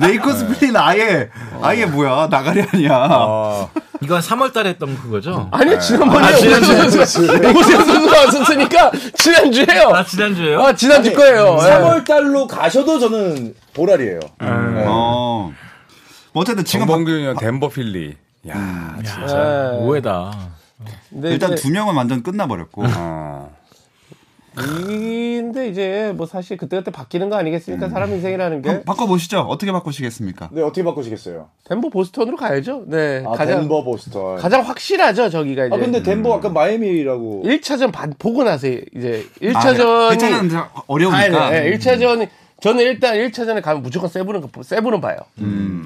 Speaker 1: 레이커스 필리는 아예 아예 뭐야 나가리 아니야. 어.
Speaker 4: 이건 3월달에 했던 그거죠?
Speaker 3: 네. 아니요, 지난번에 오세훈 선수, 오세훈 선수가 왔었으니까, 지난주에요.
Speaker 4: 아 지난주에요?
Speaker 3: 아, 지난주
Speaker 6: 음.
Speaker 3: 거예요. 예.
Speaker 5: 3월 달로 가셔도 저는 보랄이에요. 음.
Speaker 1: 어. 뭐 어쨌든 지금
Speaker 2: 정범균이랑 덴버 필리. 야 진짜.
Speaker 3: 예.
Speaker 4: 오해다.
Speaker 3: 네. 근데
Speaker 1: 일단
Speaker 3: 이제
Speaker 1: 두 명은 완전 끝나버렸고.
Speaker 2: 어.
Speaker 3: 근데 이제 뭐 사실 그때그때 바뀌는 거 아니겠습니까? 사람 인생이라는 게.
Speaker 1: 그럼 바꿔보시죠. 어떻게 바꾸시겠습니까?
Speaker 5: 네, 어떻게 바꾸시겠어요?
Speaker 3: 덴버 보스턴으로 가야죠. 네.
Speaker 5: 아,
Speaker 3: 가장,
Speaker 5: 덴버 보스턴.
Speaker 3: 가장 예. 확실하죠, 저기가 이제.
Speaker 5: 아, 근데 덴버 아까 마이애미라고.
Speaker 3: 1차전 보고 나서 이제
Speaker 1: 아,
Speaker 3: 1차전이. 아, 네. 예,
Speaker 1: 괜찮은 어려우니까.
Speaker 3: 1차전이. 저는 일단 1차전에 가면 무조건 세부는, 거- 세부는 봐요.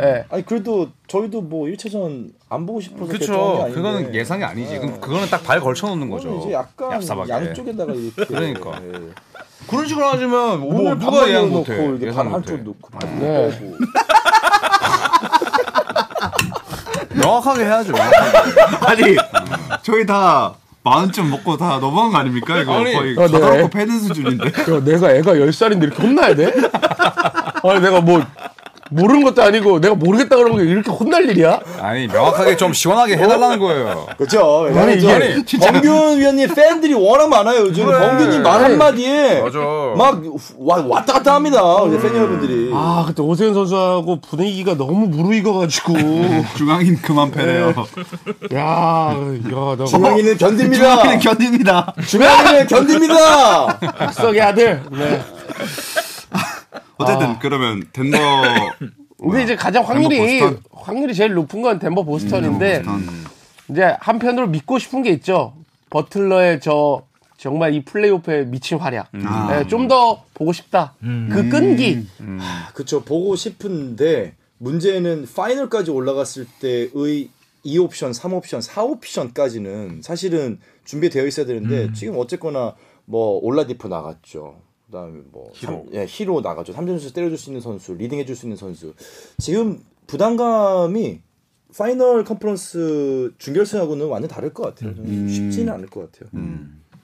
Speaker 3: 예.
Speaker 5: 아니, 그래도 저희도 뭐 1차전 안 보고 싶어서. 결정한
Speaker 2: 그렇죠.
Speaker 5: 게
Speaker 2: 그거는
Speaker 5: 아닌데.
Speaker 2: 예상이 아니지. 그럼 그거는 딱 발 걸쳐 놓는 거죠.
Speaker 5: 그거는 이제 약간
Speaker 2: 얍삽하게.
Speaker 5: 양쪽에다가 이렇게.
Speaker 2: 그러니까.
Speaker 5: 예.
Speaker 2: 그런 식으로 하지면 뭐
Speaker 5: 오늘
Speaker 2: 누가 예상
Speaker 5: 놓고
Speaker 2: 못해.
Speaker 5: 이게
Speaker 2: 예상
Speaker 5: 반
Speaker 2: 못해.
Speaker 5: 한쪽 놓고 반
Speaker 3: 네.
Speaker 5: 빼고.
Speaker 2: 명확하게 해야죠.
Speaker 1: 아니 음. 저희 다 만원쯤 먹고 다 넘어간 거 아닙니까 이거
Speaker 2: 아니,
Speaker 1: 거의
Speaker 3: 어, 네.
Speaker 1: 가다놓고 패는 수준인데
Speaker 3: 야, 내가 애가 10살인데 이렇게 혼나야 돼? 아니, 내가 뭐, 모르는 것도 아니고, 내가 모르겠다 그러면 이렇게 혼날 일이야?
Speaker 2: 아니 뭐, 명확하게 좀 시원하게 해달라는 거예요.
Speaker 5: 그렇죠.
Speaker 3: 아니, 이게
Speaker 1: 진짜.
Speaker 5: 범균 위원님 팬들이 워낙 많아요 요즘.
Speaker 2: 그래.
Speaker 5: 범균님 말 한마디에
Speaker 2: 맞아.
Speaker 5: 막 와, 왔다 갔다 합니다. 이제 팬 여러분들이.
Speaker 3: 아, 그때 오세훈 선수하고 분위기가 너무 무르익어가지고.
Speaker 1: 중앙인 그만 패네요
Speaker 3: 야, 야, 나.
Speaker 5: 중앙이는 견딥니다.
Speaker 1: 중앙인은 견딥니다
Speaker 5: 중앙이는 견딥니다.
Speaker 3: 박석의 아들. 네.
Speaker 1: 어쨌든 그러면 덴버
Speaker 3: 근데 이제 가장 확률이,
Speaker 1: 보스턴.
Speaker 3: 확률이 제일 높은 건 덴버 보스턴인데,
Speaker 1: 음,
Speaker 3: 이제 한편으로 믿고 싶은 게 있죠. 버틀러의 저, 정말 이 플레이오프에 미친 활약. 네, 좀 더 보고 싶다. 그 끈기.
Speaker 5: 그쵸 보고 싶은데 문제는 파이널까지 올라갔을 때의 2옵션, 3옵션, 4옵션까지는 사실은 준비되어 있어야 되는데 지금 어쨌거나 뭐 올라디프 나갔죠. 그다음에 뭐 히로, 예, 히로 나가죠. 삼점수 때려줄 수 있는 선수, 리딩해줄 수 있는 선수. 지금 부담감이 파이널 컨퍼런스 준결승하고는 완전 다를 것 같아요. 좀 쉽지는 않을 것 같아요.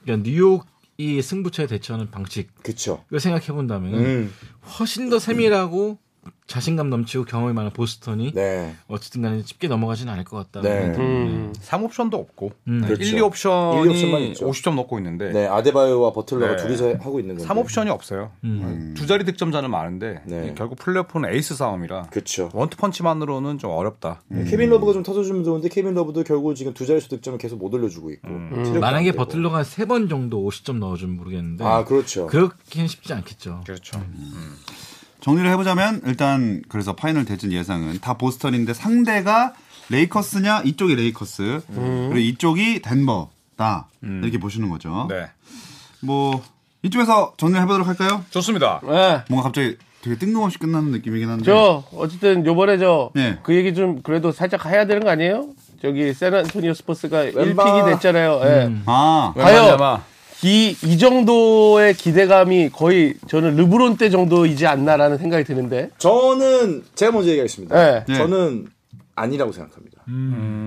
Speaker 4: 그러니까 뉴욕이 승부처에 대처하는 방식.
Speaker 5: 그쵸.
Speaker 4: 이걸 생각해 본다면 은
Speaker 5: 음.
Speaker 4: 훨씬 더 세밀하고 자신감 넘치고 경험이 많은 보스턴이
Speaker 5: 네.
Speaker 4: 어쨌든 간에 쉽게 넘어가지는 않을 것 같다.
Speaker 5: 네.
Speaker 3: 음.
Speaker 2: 3옵션도 없고
Speaker 4: 음.
Speaker 2: 네,
Speaker 5: 그렇죠.
Speaker 2: 1, 2옵션이
Speaker 5: 1, 2옵션만 있죠.
Speaker 2: 50점 넣고 있는데
Speaker 5: 네, 아데바요와 버틀러가
Speaker 2: 네. 음.
Speaker 5: 둘이서 하고 있는 건데.
Speaker 2: 3옵션이 없어요. 두 자리 득점자는 많은데
Speaker 5: 네.
Speaker 2: 이 결국 플레이오프는 에이스 싸움이라
Speaker 5: 그쵸.
Speaker 2: 원투펀치만으로는 좀 어렵다.
Speaker 5: 케빈 러브가 좀 터져주면 좋은데 케빈 러브도 결국 지금 두 자릿수 득점을 계속 못 올려주고 있고 체력도
Speaker 4: 만약에
Speaker 5: 안 되고.
Speaker 4: 버틀러가 세 번 정도 50점 넣어주면 모르겠는데
Speaker 5: 아 그렇죠
Speaker 4: 그렇게는 쉽지 않겠죠.
Speaker 2: 그렇죠.
Speaker 1: 정리를 해보자면 일단 그래서 파이널 대진 예상은 다 보스턴인데 상대가 레이커스냐 이쪽이 레이커스 그리고 이쪽이 덴버다 이렇게 보시는 거죠
Speaker 2: 네.
Speaker 1: 뭐 이쯤에서 정리를 해보도록 할까요
Speaker 2: 좋습니다.
Speaker 3: 예.
Speaker 1: 뭔가 갑자기 되게 뜬금없이 끝나는 느낌이긴 한데
Speaker 3: 저 어쨌든 요번에 저 그
Speaker 1: 네.
Speaker 3: 얘기 좀 그래도 살짝 해야 되는 거 아니에요? 저기 샌안토니오 스포츠가
Speaker 5: 왼발.
Speaker 3: 1픽이 됐잖아요. 예.
Speaker 1: 아
Speaker 3: 과연 이, 이 정도의 기대감이 거의 저는 르브론 때 정도이지 않나라는 생각이 드는데.
Speaker 5: 저는 제가 먼저 얘기하겠습니다
Speaker 3: 네.
Speaker 1: 네.
Speaker 5: 저는 아니라고 생각합니다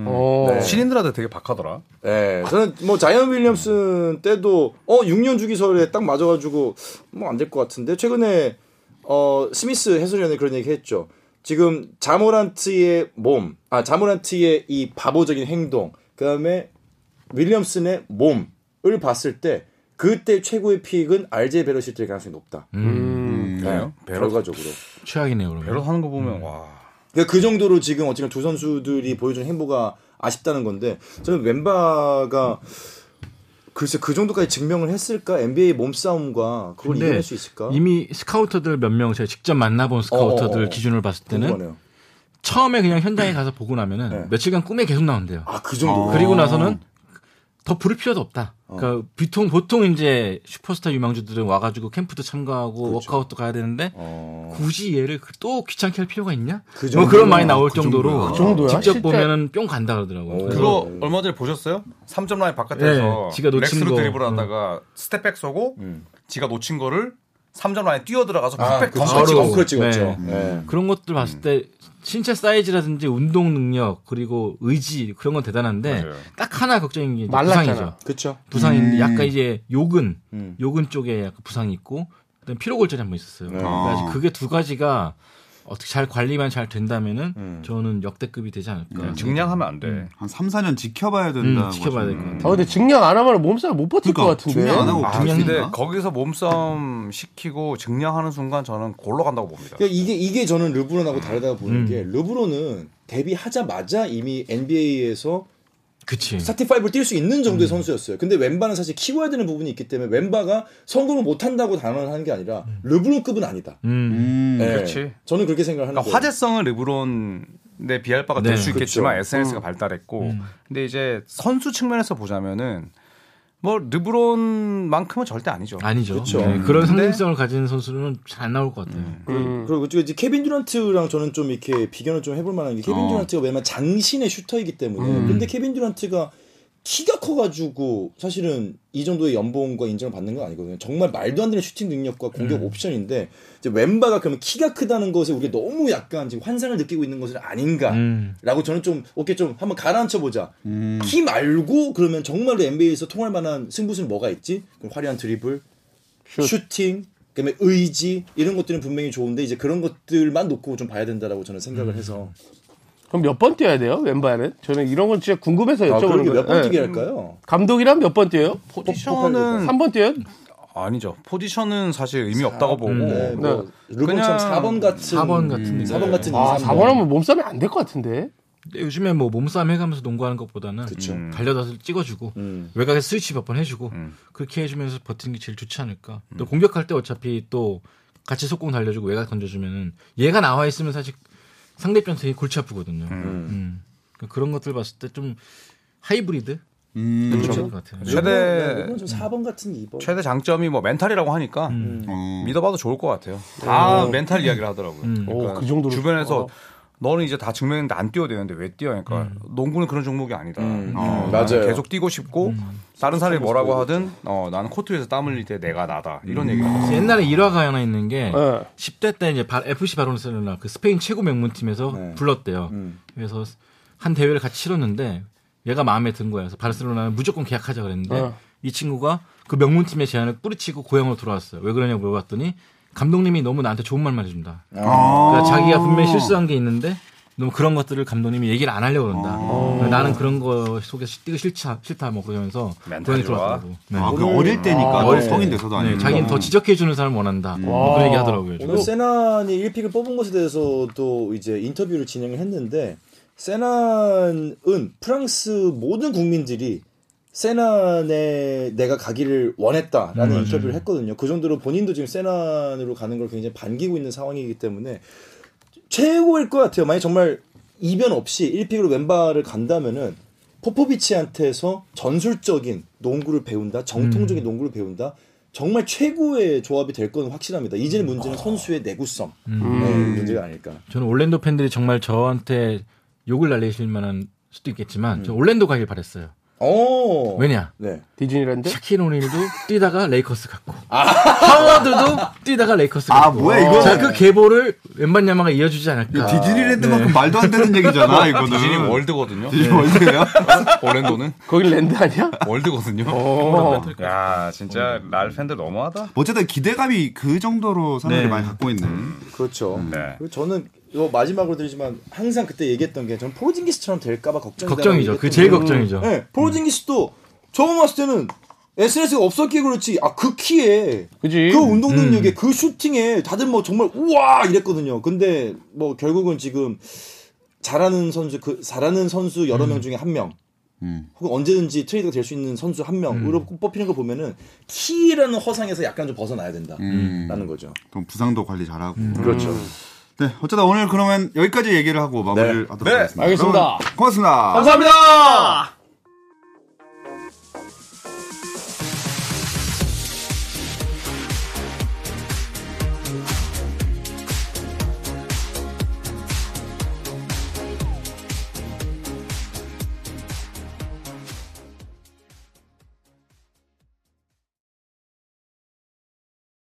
Speaker 3: 어.
Speaker 5: 네.
Speaker 2: 신인들한테 되게 박하더라.
Speaker 5: 네, 저는 뭐 자이언 윌리엄슨 때도 어 6년 주기설에 딱 맞아가지고 뭐 안 될 것 같은데 최근에 어 스미스 해설위원이 그런 얘기 했죠 지금 자모란트의 몸 아 자모란트의 이 바보적인 행동 그 다음에 윌리엄슨의 몸을 봤을 때 그때 최고의 픽은 알제 베럿일 될 가능성이 높다. 네,
Speaker 2: 그래요? 베럿
Speaker 5: 결과적으로.
Speaker 4: 최악이네요, 그러면.
Speaker 2: 베럿 하는 거 보면 와.
Speaker 5: 그러니까 그 정도로 지금 어쨌든 두 선수들이 보여준 행보가 아쉽다는 건데 저는 웬바가 글쎄 그 정도까지 증명을 했을까 NBA 몸싸움과 그걸
Speaker 4: 근데
Speaker 5: 이겨낼 수 있을까?
Speaker 4: 이미 스카우터들 몇 명 제가 직접 만나본 스카우터들
Speaker 5: 어, 어, 어.
Speaker 4: 기준으로 봤을 때는
Speaker 5: 궁금하네요. 네.
Speaker 4: 처음에 그냥 현장에 가서 보고 나면은 며칠간 꿈에 계속 나온대요.
Speaker 5: 아, 아그 어. 정도.
Speaker 4: 그리고 나서는 더 부를 필요도 없다. 그러니까 보통 보통 이제 슈퍼스타 유망주들은 와가지고 캠프도 참가하고
Speaker 5: 그렇죠.
Speaker 4: 워크아웃도 가야 되는데
Speaker 5: 어.
Speaker 4: 굳이 얘를 그- 또 귀찮게 할 필요가 있냐? 뭐 그런 말이 나올 정도로
Speaker 3: 그 정도야?
Speaker 4: 직접
Speaker 3: 실제-
Speaker 4: 보면은 뿅 간다 그러더라고요. 그래서
Speaker 2: 그거 얼마 전에 보셨어요? 3점 라인 바깥에서
Speaker 4: 네, 지가 놓친
Speaker 2: 렉스로
Speaker 4: 거.
Speaker 2: 드리블 하다가 스텝백 쏘고 지가 놓친 거를 3점 라인에 뛰어 들어가서 풋백 아,
Speaker 4: 바로-
Speaker 5: 덩크를 찍었죠.
Speaker 4: 네. 그런 것들 봤을 때 신체 사이즈라든지 운동 능력 그리고 의지 그런 건 대단한데
Speaker 2: 맞아요.
Speaker 4: 딱 하나 걱정인 게 이제
Speaker 3: 말랐잖아.
Speaker 4: 부상이죠.
Speaker 5: 그렇죠.
Speaker 4: 부상인데 약간 이제 요근
Speaker 5: 음.
Speaker 4: 요근 쪽에 약간 부상이 있고 그다음 피로골절이 한 번 있었어요. 그래서
Speaker 1: 아.
Speaker 4: 그게 두 가지가 어떻게 잘 관리만 잘 된다면은 저는 역대급이 되지
Speaker 2: 네.
Speaker 4: 않을까.
Speaker 2: 음. 증량하면 안 돼.
Speaker 1: 한 3, 4년 지켜봐야 된다.
Speaker 4: 음, 지켜봐야 될 것 같아요.
Speaker 3: 아 근데 증량 안 하면 몸살 못 버틸
Speaker 1: 그러니까
Speaker 3: 것 같은데.
Speaker 1: 중요 안 하고
Speaker 2: 아,
Speaker 1: 그냥
Speaker 2: 근데
Speaker 1: 했나?
Speaker 2: 거기서 몸싸움 시키고 증량하는 순간 저는 골로 간다고 봅니다.
Speaker 5: 그러니까 이게 이게 저는 르브론하고 다르다고
Speaker 4: 음.
Speaker 5: 보는 게 르브론은 데뷔하자마자 이미 NBA에서
Speaker 4: 그치.
Speaker 5: 스타팅5를 뛸 수 있는
Speaker 2: 음.
Speaker 5: 정도의 선수였어요. 근데 웬바는 사실 키워야 되는 부분이 있기 때문에 웬바가 성공을 못한다고 단언하는 게 아니라 르브론급은 아니다.
Speaker 4: 음.
Speaker 1: 음.
Speaker 5: 네.
Speaker 2: 그렇지.
Speaker 5: 저는 그렇게 생각하는
Speaker 2: 그러니까
Speaker 5: 거예요.
Speaker 2: 화제성은 르브론에 비할 바가
Speaker 4: 네,
Speaker 2: 될 수
Speaker 5: 그쵸.
Speaker 2: 있겠지만 SNS가 발달했고 근데 이제 선수 측면에서 보자면은 뭐 르브론만큼은 절대 아니죠.
Speaker 4: 아니죠.
Speaker 5: 그쵸.
Speaker 4: 네, 그런
Speaker 2: 근데-
Speaker 4: 상징성을 가진 선수는 잘 안 나올 것 같아요.
Speaker 3: 음.
Speaker 5: 그리고 그쪽에 이제 케빈 듀란트랑 저는 좀 이렇게 비교는 좀 해볼 만한 게 케빈
Speaker 1: 어.
Speaker 5: 듀란트가 왜냐면 장신의 슈터이기 때문에 근데 케빈 듀란트가 키가 커가지고 사실은 이 정도의 연봉과 인정을 받는 건 아니거든요. 정말 말도 안 되는 슈팅 능력과 공격 옵션인데 이제 웬바가 그러면 키가 크다는 것에 우리가 너무 약간 지금 환상을 느끼고 있는 것은 아닌가.
Speaker 4: 음.
Speaker 5: 라고 저는 좀 어깨 좀 한번 가라앉혀 보자. 키 말고 그러면 정말로 NBA에서 통할 만한 승부수는 뭐가 있지? 그럼 화려한 드리블, 슈. 팅 그다음에 의지 이런 것들은 분명히 좋은데 이제 그런 것들만 놓고 좀 봐야 된다라고 저는 생각을 해서.
Speaker 3: 그럼 몇 번 뛰어야 돼요? 왼발은? 저는 이런 건 진짜 궁금해서
Speaker 5: 아,
Speaker 3: 여쭤보는
Speaker 5: 그러게
Speaker 3: 거예요.
Speaker 5: 몇번
Speaker 3: 예.
Speaker 5: 뛰게 할까요?
Speaker 3: 감독이랑 몇 번 뛰어요?
Speaker 2: 포지션은
Speaker 3: 3번 뛰어요?
Speaker 2: 아니죠. 포지션은 사실 의미 없다고 보고
Speaker 5: 네, 뭐 르본
Speaker 2: 음. 그냥
Speaker 5: 참 4번 같은 음.
Speaker 4: 4번 같은
Speaker 5: 사번 같은
Speaker 3: 아,
Speaker 5: 인상이에요. 뭐.
Speaker 3: 4번 하면 몸싸움이 안 될 것 같은데.
Speaker 4: 근데 요즘에 뭐 몸싸움 해가면서 농구하는 것보다는
Speaker 5: 그쵸.
Speaker 4: 음, 달려다서 찍어주고
Speaker 5: 음.
Speaker 4: 외곽에 스위치 몇 번 해주고 그렇게 해주면서 버티는 게 제일 좋지 않을까. 또 공격할 때 어차피 또 같이 속공 달려주고 외곽 던져주면은 얘가 나와 있으면 사실 상대편 되게 골치 아프거든요. 음. 그러니까 그런 것들 봤을 때 좀 하이브리드
Speaker 1: 음.
Speaker 4: 그런 것 같아요.
Speaker 5: 르본,
Speaker 2: 최대-
Speaker 5: 네, 르본 좀 4번 같은 2번.
Speaker 2: 최대 장점이 뭐 멘탈이라고 하니까
Speaker 5: 음.
Speaker 1: 어.
Speaker 2: 믿어봐도 좋을 것 같아요. 다 멘탈 이야기를 하더라고요.
Speaker 5: 어,
Speaker 3: 오, 그 정도로
Speaker 2: 주변에서 너는 이제 다 증명했는데 안 뛰어야 되는데 왜 뛰어? 그러니까 농구는 그런 종목이 아니다. 어,
Speaker 5: 음,
Speaker 2: 나는
Speaker 5: 맞아요.
Speaker 2: 계속 뛰고 싶고 다른 사람이 뭐라고 하든 어, 나는 코트 위에서 땀 흘릴 때 내가 나다. 이런 얘기가
Speaker 4: 그래서 어. 옛날에 일화가 하나 있는 게
Speaker 3: 예.
Speaker 4: 10대 때 이제 바- FC 바르셀로나 그 스페인 최고 명문팀에서 불렀대요. 그래서 한 대회를 같이 치렀는데 얘가 마음에 든 거야. 그래서 바르셀로나는 무조건 계약하자 그랬는데
Speaker 3: 어.
Speaker 4: 이 친구가 그 명문팀의 제안을 뿌리치고 고향으로 돌아왔어요. 왜 그러냐고 물어봤더니 감독님이 너무 나한테 좋은 말만 해준다.
Speaker 1: 아.
Speaker 4: 그러니까 자기가 분명히 실수한 게 있는데 너무 그런 것들을 감독님이 얘기를 안 하려고 그런다. 나는 그런 거 속에서 뛰기 싫다, 싫다 뭐 그러면서
Speaker 2: 멘탈
Speaker 4: 고향에
Speaker 2: 좋아.
Speaker 4: 돌아왔다고. 네.
Speaker 1: 아, 그 어릴 때니까 또 성인 돼서도 아니고.
Speaker 4: 네, 자기는 더 지적해주는 사람을 원한다. 뭐 그런 얘기 하더라고요. 요즘.
Speaker 5: 오늘 세난이 1픽을 뽑은 것에 대해서도 이제 인터뷰를 진행을 했는데 세난은 프랑스 모든 국민들이 세난에 내가 가기를 원했다라는 인터뷰를 했거든요. 그 정도로 본인도 지금 세난으로 가는 걸 굉장히 반기고 있는 상황이기 때문에 최고일 것 같아요. 만약 정말 이변 없이 1픽으로 왼발을 간다면은 포포비치한테서 전술적인 농구를 배운다, 정통적인 농구를 배운다. 정말 최고의 조합이 될 건 확실합니다. 이제는 문제는 선수의 내구성 네, 문제가 아닐까.
Speaker 4: 저는 올랜도 팬들이 정말 저한테 욕을 날리실 만한 수도 있겠지만 저 올랜도 가길 바랬어요.
Speaker 5: 어.
Speaker 4: 왜냐?
Speaker 5: 네.
Speaker 3: 디즈니랜드?
Speaker 4: 샤킬 오닐도 뛰다가 레이커스 갔고 하워드도 뛰다가 레이커스
Speaker 1: 아,
Speaker 4: 갔고
Speaker 1: 뭐야, 이거?
Speaker 4: 자그 계보를 웬반 야마가 이어주지 않을까 네.
Speaker 1: 이거 디즈니랜드만큼 말도 안 되는 얘기잖아,
Speaker 5: 음.
Speaker 1: 이거는.
Speaker 2: 디즈니 네. 월드거든요.
Speaker 1: 디즈니 월드예요?
Speaker 2: 오랜도는
Speaker 3: 거긴 랜드 아니야?
Speaker 2: 월드거든요.
Speaker 3: 어.
Speaker 2: 야 진짜 날 팬들 너무하다.
Speaker 1: 어쨌든 기대감이 그 정도로 사람들이
Speaker 4: 네.
Speaker 1: 많이 갖고 있는.
Speaker 5: 그렇죠.
Speaker 2: 네.
Speaker 5: 그리고 저는 이거 마지막으로 드리지만 항상 그때 얘기했던 게 전 포르징기스처럼 될까봐 걱정이
Speaker 4: 걱정이죠. 그 제일 걱정이죠.
Speaker 5: 네, 포르징기스도 처음 왔을 때는 SNS가 없었기에 그렇지. 아, 그 키에.
Speaker 3: 그지? 음.
Speaker 5: 그 운동 능력에 그 슈팅에 다들 뭐 정말 우와 이랬거든요. 근데 뭐 결국은 지금 잘하는 선수 그 잘하는 선수 여러 명 중에 한 명.
Speaker 1: 음.
Speaker 5: 혹은 언제든지 트레이드가 될 수 있는 선수 한
Speaker 3: 음.
Speaker 5: 명으로 뽑히는 걸 보면은 키라는 허상에서 약간 좀 벗어나야 된다라는
Speaker 3: 음.
Speaker 5: 거죠.
Speaker 1: 그럼 부상도 관리 잘하고.
Speaker 4: 음,
Speaker 5: 그렇죠.
Speaker 1: 네, 어쨌다
Speaker 2: 네.
Speaker 4: 네,
Speaker 1: 오늘 그러면 여기까지 얘기를 하고 마무리를 하도록 하겠습니다.
Speaker 3: 알겠습니다.
Speaker 1: 여러분, 고맙습니다.
Speaker 3: 감사합니다!